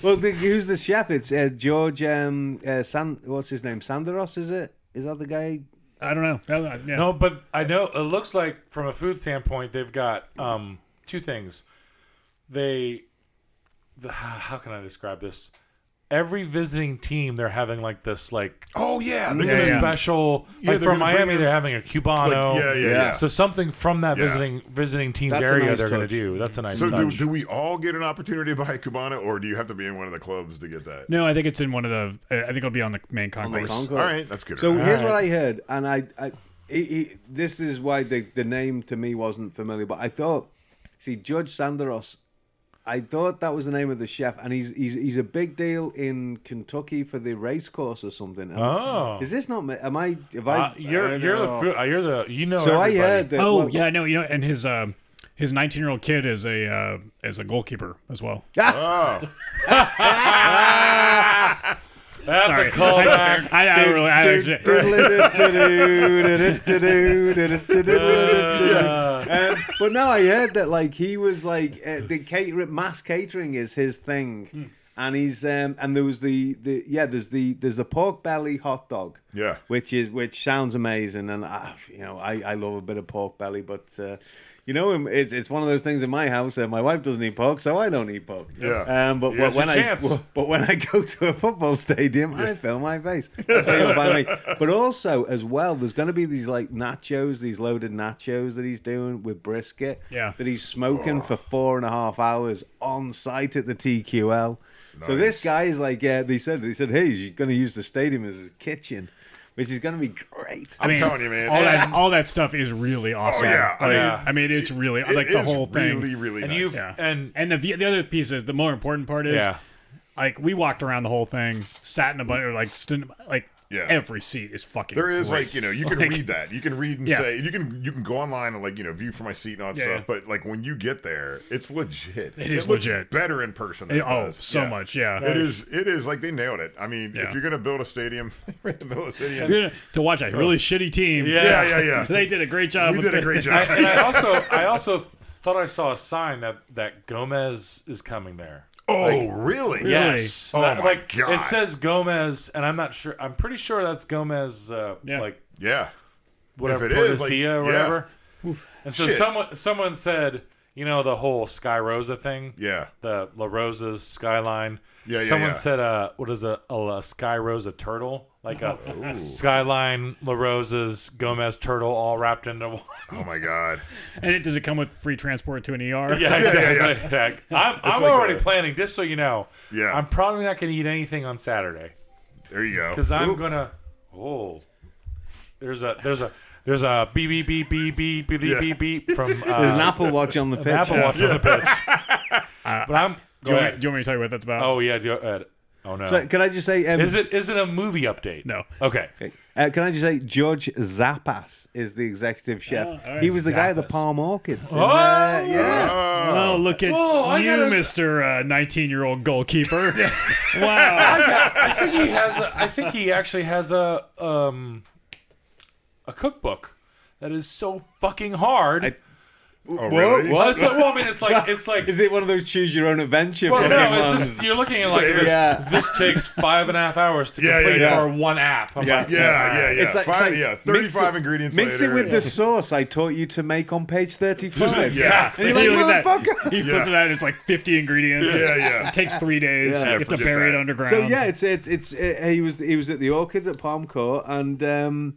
S4: Well, the, who's the chef? It's uh, George. Um, uh, San, what's his name? Sanderos, is it? Is that the guy?
S1: I don't know. That was- yeah.
S2: No, but I know it looks like from a food standpoint they've got um, two things. They, the, how can I describe this? Every visiting team, they're having like this like
S3: Oh yeah, they're
S1: Yeah,
S3: gonna-
S1: yeah.
S2: special.
S3: Yeah,
S2: like
S3: they're
S2: from
S3: gonna bring
S2: Miami,
S3: in-
S2: they're having a cubano.
S3: Like, yeah, yeah, yeah.
S2: So something from that
S3: Yeah.
S2: visiting visiting team's
S4: That's a
S2: area
S4: nice
S2: they're going
S4: touch.
S2: to do. That's a nice
S3: So do,
S2: touch.
S3: do we all get an opportunity to buy a Cubana, or do you have to be in one of the clubs to get that?
S1: No, I think it's in one of the. I think it'll be on the main concourse.
S4: concourse.
S3: All right, that's good.
S4: So
S3: enough.
S4: here's what I heard, and I, I he, he, this is why the, the name to me wasn't familiar, but I thought, see, Judge Sanderos, I thought that was the name of the chef, and he's he's, he's a big deal in Kentucky for the race course or something. Am-
S2: Oh.
S4: is this not? ma- Am I? Have I?
S2: Uh, you're
S4: I
S2: you're the
S4: know.
S2: food, uh, you're the you know.
S4: So
S2: everybody.
S4: I heard that.
S1: Oh
S4: well,
S1: yeah, no, you know, and his um his 19 year old kid is a uh, is a goalkeeper as well.
S3: Oh,
S2: That's
S1: Sorry,
S2: a callback.
S1: I, I, don't really. I actually,
S4: um, but no, I heard that like he was like uh, the cater mass catering is his thing, and he's um, and there was the the yeah there's the there's the pork belly hot dog
S3: Yeah.
S4: which is which sounds amazing and I, you know I, I love a bit of pork belly but uh, you know um, it's it's one of those things in my house uh, my wife doesn't eat pork so I don't eat pork
S3: Yeah.
S4: um, but
S2: Here's
S4: when
S2: your
S4: I
S2: chance.
S4: but when I go to a football stadium, I fill my face. That's where you'll find me. But also, as well, there's going to be these like nachos, these loaded nachos that he's doing with brisket.
S1: Yeah.
S4: That he's
S3: Oh.
S4: smoking for four and a half hours on site at the TQL. So this guy is like, uh, they said, they said, hey, he's going to use the stadium as a kitchen, which is going to be great.
S1: I
S3: I'm telling you, man. Oh,
S1: All that all that stuff is really awesome.
S3: yeah, I
S1: Like,
S3: mean,
S1: I mean, it's really
S3: It
S1: like the
S3: is
S1: whole thing.
S3: Really, really.
S2: And
S3: nice.
S2: you've
S1: Yeah.
S2: and
S1: And the the other piece is the more important part is
S2: Yeah.
S1: like we walked around the whole thing, sat in a bunch, or like stood in, like
S3: Yeah.
S1: every seat is fucking.
S3: There is
S1: great.
S3: like you know you can
S1: Like-
S3: read that you can read and
S1: Yeah.
S3: say you can you can go online and like you know view from my seat and all that
S1: Yeah,
S3: stuff
S1: yeah.
S3: but like when you get there it's legit
S1: It is
S3: looks
S1: legit.
S3: better in person than
S1: It-
S3: it
S1: oh
S3: does.
S1: so
S3: Yeah.
S1: much yeah.
S3: it is it is like they nailed it I mean
S1: Yeah.
S3: if you're gonna build a stadium right in the middle of the city
S1: You're gonna- to watch a really shitty team.
S3: yeah yeah yeah
S1: they did a great job.
S3: we
S1: with
S3: did a
S1: the-
S3: great
S2: I,
S3: job
S2: and I also I also thought I saw a sign that that Gomez is coming there.
S3: oh really
S2: Yes.
S3: Oh
S2: That-
S3: my
S2: like
S3: God.
S2: it says Gomez, and I'm not sure. I'm pretty sure that's Gomez. Uh,
S1: Yeah.
S2: Like
S3: yeah
S2: whatever
S3: it is,
S2: Tordesillas
S3: like,
S2: or
S3: yeah.
S2: whatever. And so
S3: Shit.
S2: someone someone said, you know, the whole Sky Rosa thing.
S3: yeah
S2: The La Rosa's skyline.
S3: Yeah, yeah,
S2: Someone
S3: yeah.
S2: said, uh, what is a, a, La Sky Rosa turtle? Like a
S3: Oh.
S2: skyline La Rosa's Gomez turtle all wrapped into one.
S3: oh my god
S1: And it does it come with free transport to an ER?
S2: Yeah, exactly. Yeah. I'm, I'm
S3: like
S2: already
S3: a-
S2: planning, just so you know.
S3: Yeah.
S2: I'm probably not going to eat anything on Saturday
S3: there you go
S2: because I'm gonna. Oh, there's a there's a there's a beep beep beep beep beep beep
S3: Yeah.
S2: beep beep from uh,
S4: There's an Apple Watch on the pitch.
S2: an Apple Watch on the pitch. but I'm.
S1: Do
S2: Go
S1: you,
S2: ahead.
S1: want, me- do you want me to tell you what that's about?
S2: oh yeah. Do, uh, oh no.
S4: So can I just say? Um,
S2: is it is it a movie update?
S1: No.
S2: Okay.
S4: Uh, can I just say, George Zappas is the executive chef.
S1: Oh, all right.
S4: He was the guy at the
S2: Zappas.
S4: Palm Orchids. in,
S2: Oh!
S4: uh, yeah.
S3: Oh,
S1: Oh, look at
S2: Whoa, I
S1: you,
S2: gotta s-
S1: Mr. uh, 19 year old goalkeeper. wow.
S2: I think he has. A, I think he actually has a um a cookbook that is so fucking hard.
S4: I-
S3: oh,
S4: Whoa,
S3: really?
S2: Well,
S4: what?
S2: it's like- well, I mean, it's like it's like.
S4: Is it one of those choose your own adventure?
S2: Well,
S4: fucking
S2: no, it's
S4: ones?
S2: just you're looking at like
S3: Yeah.
S2: this,
S4: Yeah.
S2: this takes five and a half hours to
S3: Yeah, yeah,
S2: complete
S3: yeah.
S2: for one app. I'm
S4: Yeah.
S2: like,
S3: yeah yeah yeah
S4: It's like,
S3: Five-
S4: it's like
S3: yeah
S4: mix
S3: 35
S4: it-
S3: ingredients
S4: Mix
S3: later.
S4: it with the sauce I taught you to make on page 35.
S3: Yeah.
S1: And
S4: you're
S1: you
S4: like,
S1: look at that.
S4: "Motherfucker."
S1: He puts it out. It's like 50 ingredients.
S3: Yeah, yeah.
S1: It takes three days.
S4: Yeah,
S1: you have to
S3: forget
S1: bury it
S3: that.
S1: underground.
S4: So yeah, it's it's it's uh, he was he was at the Orchids at Palm Court and um,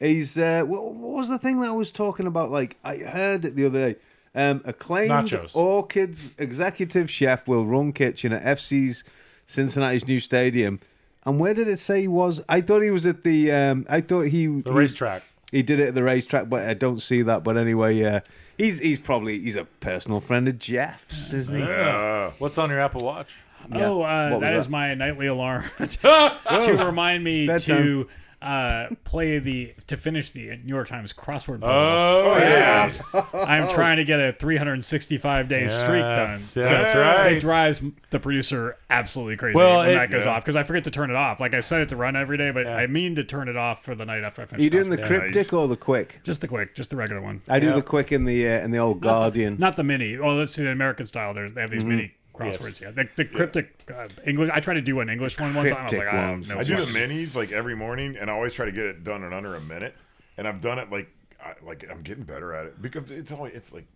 S4: he's uh, what, what was the thing that I was talking about? Like I heard it the other day. Um, acclaimed
S2: Nachos.
S4: Orchids executive chef will run kitchen at FC's Cincinnati's new stadium And where did it say he was? I thought he was at the. Um, I thought he
S2: The
S4: he-
S2: racetrack.
S4: He did it at the racetrack, but I don't see that. But anyway, uh, he's he's probably he's a personal friend of Jeff's, isn't he?
S3: Uh,
S2: What's on your Apple Watch?
S4: Yeah.
S1: Oh, uh,
S4: What was
S1: that is
S4: that?
S1: my nightly alarm to remind me
S4: Bedtime.
S1: to uh, play the to finish the New York Times crossword puzzle.
S2: Oh,
S3: yes.
S1: I'm trying to get a 365 day streak done.
S2: Yes, yeah, that's right.
S1: It drives the producer absolutely crazy
S2: Well,
S1: when
S2: it-
S1: that goes
S3: Yeah.
S1: off because I forget to turn it off. Like I set it to run every day, but I mean to turn it off for the night after I
S4: Are
S1: finish.
S4: you doing
S1: crossword.
S4: the cryptic
S3: Nice.
S4: or the quick?
S1: just the quick, just the regular one,
S4: I do the quick in the uh, in the old Guardian.
S1: not the mini. Oh, let's see the American style. There's they have
S4: Mm-hmm.
S1: these mini crosswords.
S2: Yes.
S1: Yeah, the, the cryptic uh, English. I tried to do an English one one time. I was
S4: Cryptic
S1: like, I
S4: ones.
S1: don't know.
S3: I do the
S1: what-
S3: minis like every morning, and I always try to get it done in under a minute. And I've done it like, I, like I'm getting better at it because it's only it's like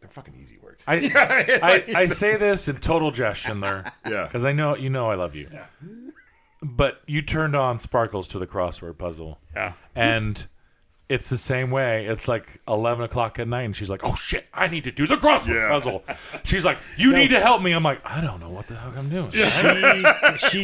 S3: they're fucking easy work.
S2: I,
S3: it's
S2: I, I say this in total jest, Schindler.
S3: Yeah.
S2: Because I know you know I love you. But you turned on sparkles to the crossword puzzle.
S1: Yeah.
S2: And it's the same way. It's like eleven o'clock at night, and she's like, "Oh shit, I need to do the crossword
S3: Yeah.
S2: puzzle." She's like, "You need to help me." I'm like, "I don't know what the heck I'm doing."
S1: she,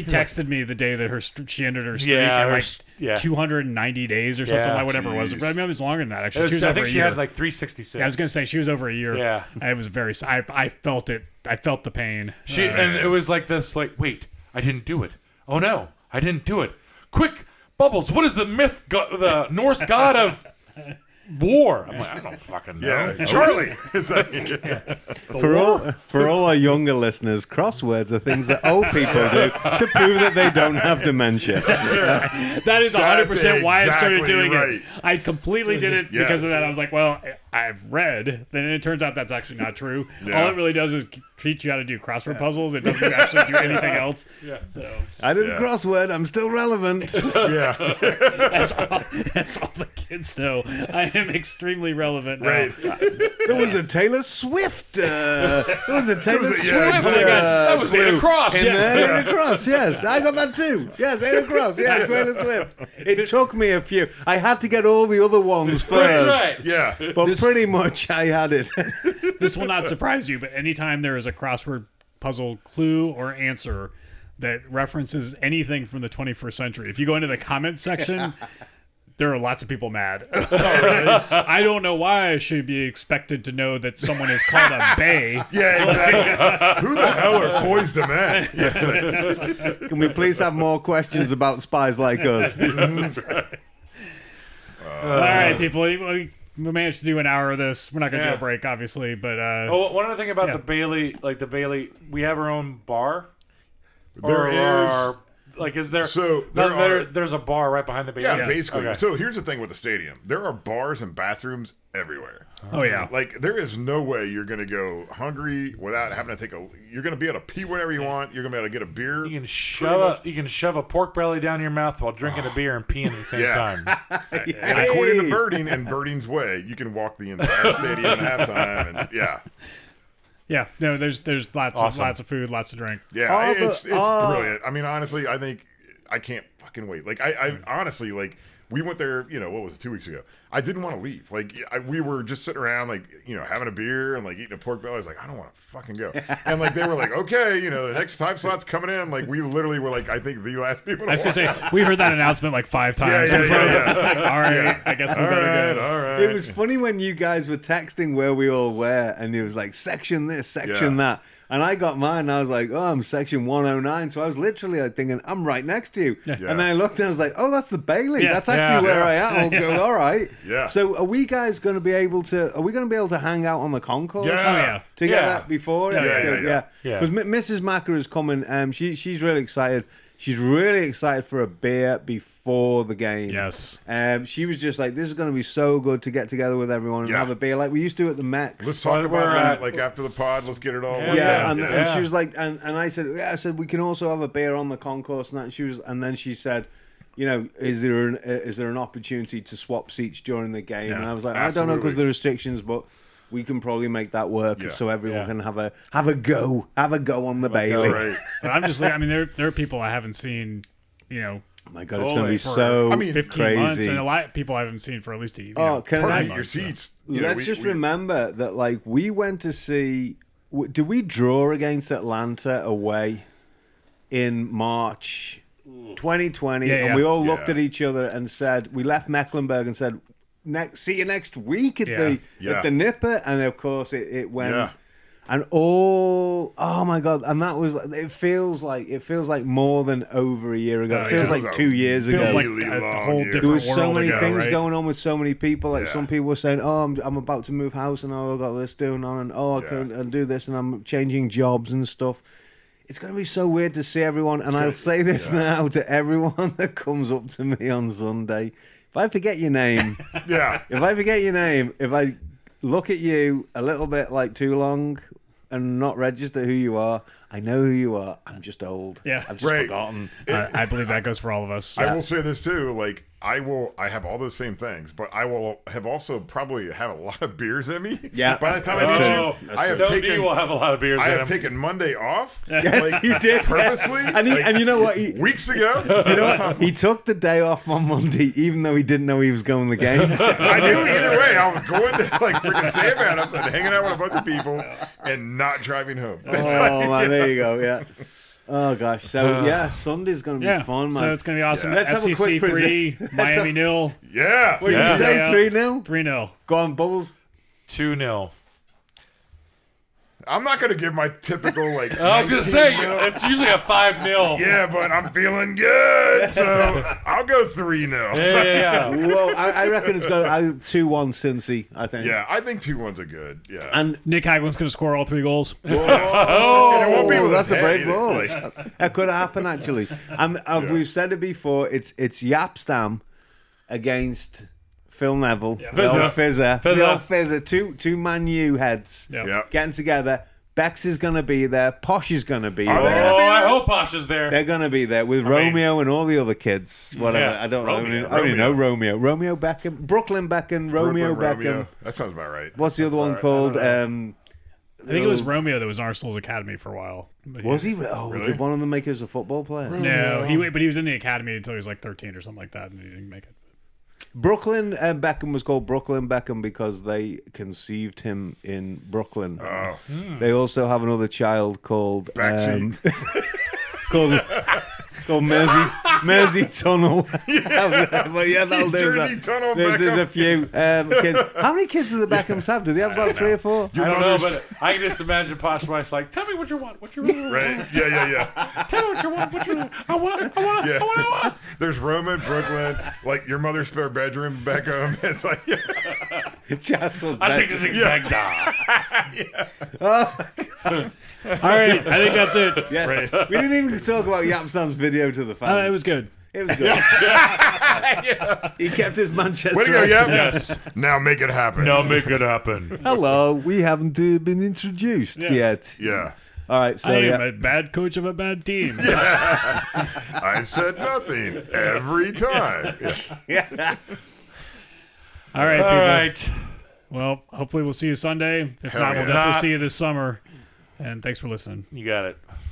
S1: she texted me the day that her st- she ended her streak
S2: Yeah,
S1: yeah,
S2: her
S1: like
S2: s- yeah.
S1: 290 days or something
S2: Yeah.
S1: like whatever it was.
S3: Jeez.
S1: But I mean, it was longer than that actually.
S2: It was-
S1: she was
S2: I
S1: over
S2: think
S1: a
S2: she
S1: year.
S2: had like three sixty six.
S1: I was gonna say she was over a year.
S2: Yeah.
S1: and it was very. I I felt it. I felt the pain.
S2: She and it was like this, like, wait, I didn't do it. Oh no, I didn't do it. Quick, bubbles. What is the myth? Go- the Norse god of war. I'm like, I don't fucking know.
S3: yeah, Charlie. It's like-
S4: For all for all our younger listeners, crosswords are things that old people do to prove that they don't have dementia.
S1: That is 100 percent why I started
S3: exactly
S1: doing
S3: right.
S1: it. I completely did it
S3: Yeah.
S1: because of that. I was like, well, I- I've read. Then it turns out that's actually not true.
S3: Yeah.
S1: All it really does is teach you how to do crossword puzzles. It doesn't actually do anything else. Yeah. So
S4: I did
S3: Yeah.
S4: the crossword. I'm still relevant.
S3: yeah,
S1: That's all, that's all the kids know. I am extremely relevant. now.
S3: right.
S4: There was a Taylor Swift. Uh, there was a Taylor
S3: was a- yeah,
S4: Swift.
S2: Oh my God,
S4: uh,
S2: that was Anna
S4: clue
S2: Cross.
S4: In
S2: yeah.
S4: there, Anna Cross. Yes, I got that too. Yes, Anna Cross. Yes, Taylor Swift. It took me a few. I had to get all the other ones first,
S2: That's right.
S3: Yeah,
S4: but pretty much I had it.
S1: This will not surprise you, but anytime there is a crossword puzzle clue or answer that references anything from the 21st century, if you go into the comment section, there are lots of people mad.
S2: Oh,
S1: I don't know why I should be expected to know that someone is called a bay.
S3: yeah, exactly. Who the hell are poised to man? Yeah, it's like,
S4: Can we please have more questions about spies like us?
S1: All right, people, we we managed to do an hour of this. We're not going to
S2: Uh-huh.
S1: do
S2: Yeah.
S1: a break, obviously, but uh,
S2: Oh, one other thing about
S1: Yeah.
S2: the Bailey, like the Bailey, we have our own bar.
S3: there is.
S2: are- like, is there?
S3: So,
S2: No,
S3: there
S2: there-
S3: are-
S2: there's a bar right behind the Bailey.
S3: Yeah, basically.
S2: Okay.
S3: So here's the thing with the stadium: there are bars and bathrooms everywhere.
S1: oh yeah.
S3: Like there is no way you're gonna go hungry without having to take a. You're gonna be able to pee whatever you want. You're gonna be able to get a beer.
S2: You can shove a, you can shove a pork belly down your mouth while drinking a beer and peeing at the same
S3: Yeah.
S2: time.
S3: And according to
S4: Hey!
S3: Birding and Birding's Way, you can walk the entire stadium at halftime. And yeah,
S1: Yeah, no, there's there's lots
S2: Awesome.
S1: of lots of food, lots of drink.
S3: yeah,
S4: All the-
S3: it's it's
S4: all-
S3: brilliant. I mean, honestly, I think I can't fucking wait. Like I,
S4: Mm.
S3: I honestly like we went there. You know what was it two weeks ago? I didn't want to leave. Like I, we were just sitting around, like you know, having a beer and like eating a pork belly. I was like, I don't want to fucking go. And like they were like, okay, you know, the next time slot's coming in. Like we literally were like, I think the last people. To
S1: I was gonna
S3: walk.
S1: say we heard that announcement like five times.
S3: yeah, yeah,
S1: Like, all right, I guess we
S3: all
S1: better
S3: right,
S1: go.
S3: all right.
S4: It was funny when you guys were texting where we all were, and it was like section this, section
S3: Yeah.
S4: that, and I got mine. And I was like, oh, I'm section 109, so I was literally like thinking I'm right next to you, and then I looked and I was like, oh, that's the Bailey.
S1: Yeah.
S4: That's actually
S2: Yeah.
S4: where I am. I'll go, all right.
S3: Yeah.
S4: So are we guys going to be able to? Are we going to be able to hang out on the concourse?
S3: Yeah.
S1: Oh yeah,
S4: to get
S2: Yeah.
S4: that before.
S1: Yeah,
S3: yeah, yeah,
S2: yeah.
S4: Because Mrs. Macker is coming. Um, she she's really excited. She's really excited for a beer before the game.
S1: Yes.
S4: Um, she was just like, "This is going to be so good to get together with everyone and
S3: Yeah.
S4: have a beer like we used to at the Max."
S3: Let's talk
S2: Well,
S3: about
S2: we're
S3: that.
S2: at-
S3: Like after the pod, let's get it all.
S2: Yeah.
S4: uh, yeah,
S3: worked out.
S4: and,
S2: yeah.
S4: and she was like, and, and I said, yeah, I said we can also have a beer on the concourse, and that. And she was, and then she said, you know, is there an is there an opportunity to swap seats during the game? and I was like, I don't know because
S3: absolutely.
S4: the restrictions, but we can probably make that work
S3: Yeah.
S4: so everyone
S2: Yeah.
S4: can have a have a go, have a go on the Bailey.
S3: Right.
S1: but I'm just like, I mean, there there are people I haven't seen, you know,
S4: Oh my god, it's going to
S1: Totally.
S4: be so
S3: I mean,
S1: 15
S4: crazy.
S1: months, and a lot of people I haven't seen for at least a you
S4: Oh,
S1: know,
S4: can
S1: ten
S4: I-
S3: Perfect,
S1: months,
S3: your
S1: so.
S3: seats. you know,
S4: Let's
S3: we-
S4: just
S3: we-
S4: remember that, like, we went to see. w- Did we draw against Atlanta away in March? 2020,
S1: Yeah,
S4: and
S1: yeah.
S4: we all looked
S3: Yeah.
S4: at each other and said, we left Mecklenburg and said, next, see you next week at the
S3: Yeah.
S4: at the Nipper, and of course it, it went.
S3: Yeah.
S4: And all, oh my god! And that was, it feels like it feels like more than over a year ago.
S1: Oh,
S4: It feels
S1: yeah.
S4: like two years ago.
S1: feels like
S3: Really
S1: a,
S3: long
S1: a whole
S3: years.
S1: different
S4: there was
S1: world
S4: so many
S1: ago,
S4: things
S1: right?
S4: going on with so many people. Like
S3: Yeah.
S4: some people were saying, "Oh, I'm, I'm about to move house, and oh, I've got this doing on, and oh, I
S3: Yeah.
S4: can and do this, and I'm changing jobs and stuff." It's going to be so weird to see everyone, and I'll say this now to everyone that comes up to me on Sunday: if I forget your name,
S3: Yeah.
S4: if I forget your name, if I look at you a little bit like too long and not register who you are, I know who you are. I'm just old.
S1: Yeah.
S4: I've just
S3: Right.
S4: forgotten.
S1: I, I believe that goes for all of us.
S3: I will say this too. Like I will, I have all those same things, but I will have also probably have a lot of beers in me.
S4: Yeah.
S3: By the time I
S4: That's
S3: see
S4: true.
S3: you,
S2: Oh,
S3: I have
S2: so
S3: taken,
S2: D will have a lot of beers
S3: I
S2: in
S3: have
S2: him.
S3: taken Monday off.
S4: Yes,
S3: like,
S4: you did.
S3: purposely.
S4: And, he,
S3: like,
S4: and you know what? He,
S3: weeks ago. You know,
S4: he took the day off on Monday, even though he didn't know he was going the game.
S3: I knew either way. I was going to like freaking Sam Adams and hanging out with a bunch of people and not driving home. It's like-
S4: oh man, there you go. Yeah. Oh gosh. So yeah, Sunday's gonna be
S1: Uh, yeah,
S4: fun, man.
S1: so it's gonna be awesome.
S3: Yeah.
S4: Let's have a
S1: FCC
S4: quick
S1: three,
S4: present- Let's
S1: Miami nil,
S3: yeah.
S4: What did
S2: Yeah.
S4: you say?
S1: Yeah.
S4: Three 0
S1: three nil.
S4: Go on, bubbles.
S2: 2 0.
S3: I'm not gonna give my typical like.
S2: I
S4: Oh.
S2: was going to say, it's usually a 5 0.
S3: Yeah, but I'm feeling good, so I'll go three now.
S2: Yeah, yeah, yeah.
S4: Well, I, I reckon it's going two one Cincy. I think.
S3: Yeah, I think two ones are good. Yeah,
S4: And
S1: Nick Hagland's gonna score all three goals.
S3: And it won't be
S4: Oh,
S3: with
S4: that's
S3: his
S4: a
S3: head
S4: brave
S3: either.
S4: ball.
S3: Like,
S4: that could happen actually. And uh, we've said it before. It's it's Yapstam against Phil Neville,
S2: Fizzer. Fizzer.
S4: Fizzer, Phil Fizzer, two two Man U heads
S1: Yeah.
S3: yeah.
S4: getting together. Bex is going to be there. Posh is going to be
S3: Are
S4: there.
S3: they?
S2: Oh, I hope Posh is there.
S4: They're going to be there with Romeo and all the other kids. Whatever.
S2: Yeah.
S4: I don't know. I
S2: Romeo,
S4: mean, I only know Romeo. Romeo Beckham, Brooklyn Beckham, Romeo
S3: Brooklyn
S4: Beckham.
S3: That sounds about right.
S4: What's the other one called? Um,
S1: I think it was Romeo that was in Arsenal's academy for a while. But
S4: was he? Oh, did one of them make it as a football player?
S1: No, he but he was in the academy until he was like 13 or something like that, and he didn't make it.
S4: Brooklyn uh, Beckham was called Brooklyn Beckham because they conceived him in Brooklyn.
S3: Oh,
S1: Hmm.
S4: They also have another child called um,
S3: Backseat.
S4: called called Mersey Mersey Tunnel. but yeah, that'll do
S3: Dirty
S4: that.
S3: Tunnel
S4: There's, there's a
S3: Beckham.
S4: few um, kids. How many kids do the Beckhams have? Do they have about three or four?
S2: I don't know,
S3: mother's-
S2: but I can just imagine Posh Mike's like, tell me what you want. What you want.
S3: right. Yeah, yeah, yeah,
S2: Tell me what you want. What you want. I want. I want.
S3: yeah.
S2: I want. I want.
S3: There's Roman Brooklyn, like your mother's spare bedroom, Beckham. It's like, yeah,
S4: Child
S2: I
S4: Beck-
S2: take the zigzags out.
S1: All right, I think that's it.
S4: Yes. We didn't even talk about Yapstam's video to the fans.
S1: Uh, it was good.
S4: It was good. He kept his Manchester.
S3: way to go,
S4: accent.
S3: yeah.
S2: Yes.
S3: Now make it happen.
S2: Now make it happen.
S4: Hello, we haven't uh, been introduced yet.
S3: Yeah,
S4: All right, so
S1: I am
S4: yeah.
S1: a bad coach of a bad team.
S3: I've said nothing every time. Yeah.
S1: All right,
S2: All
S1: people.
S2: right.
S1: Well, hopefully we'll see you Sunday. If
S3: Hell
S1: not,
S3: yeah.
S1: we'll definitely
S2: Not-
S1: see you this summer. And thanks for listening.
S2: You got it.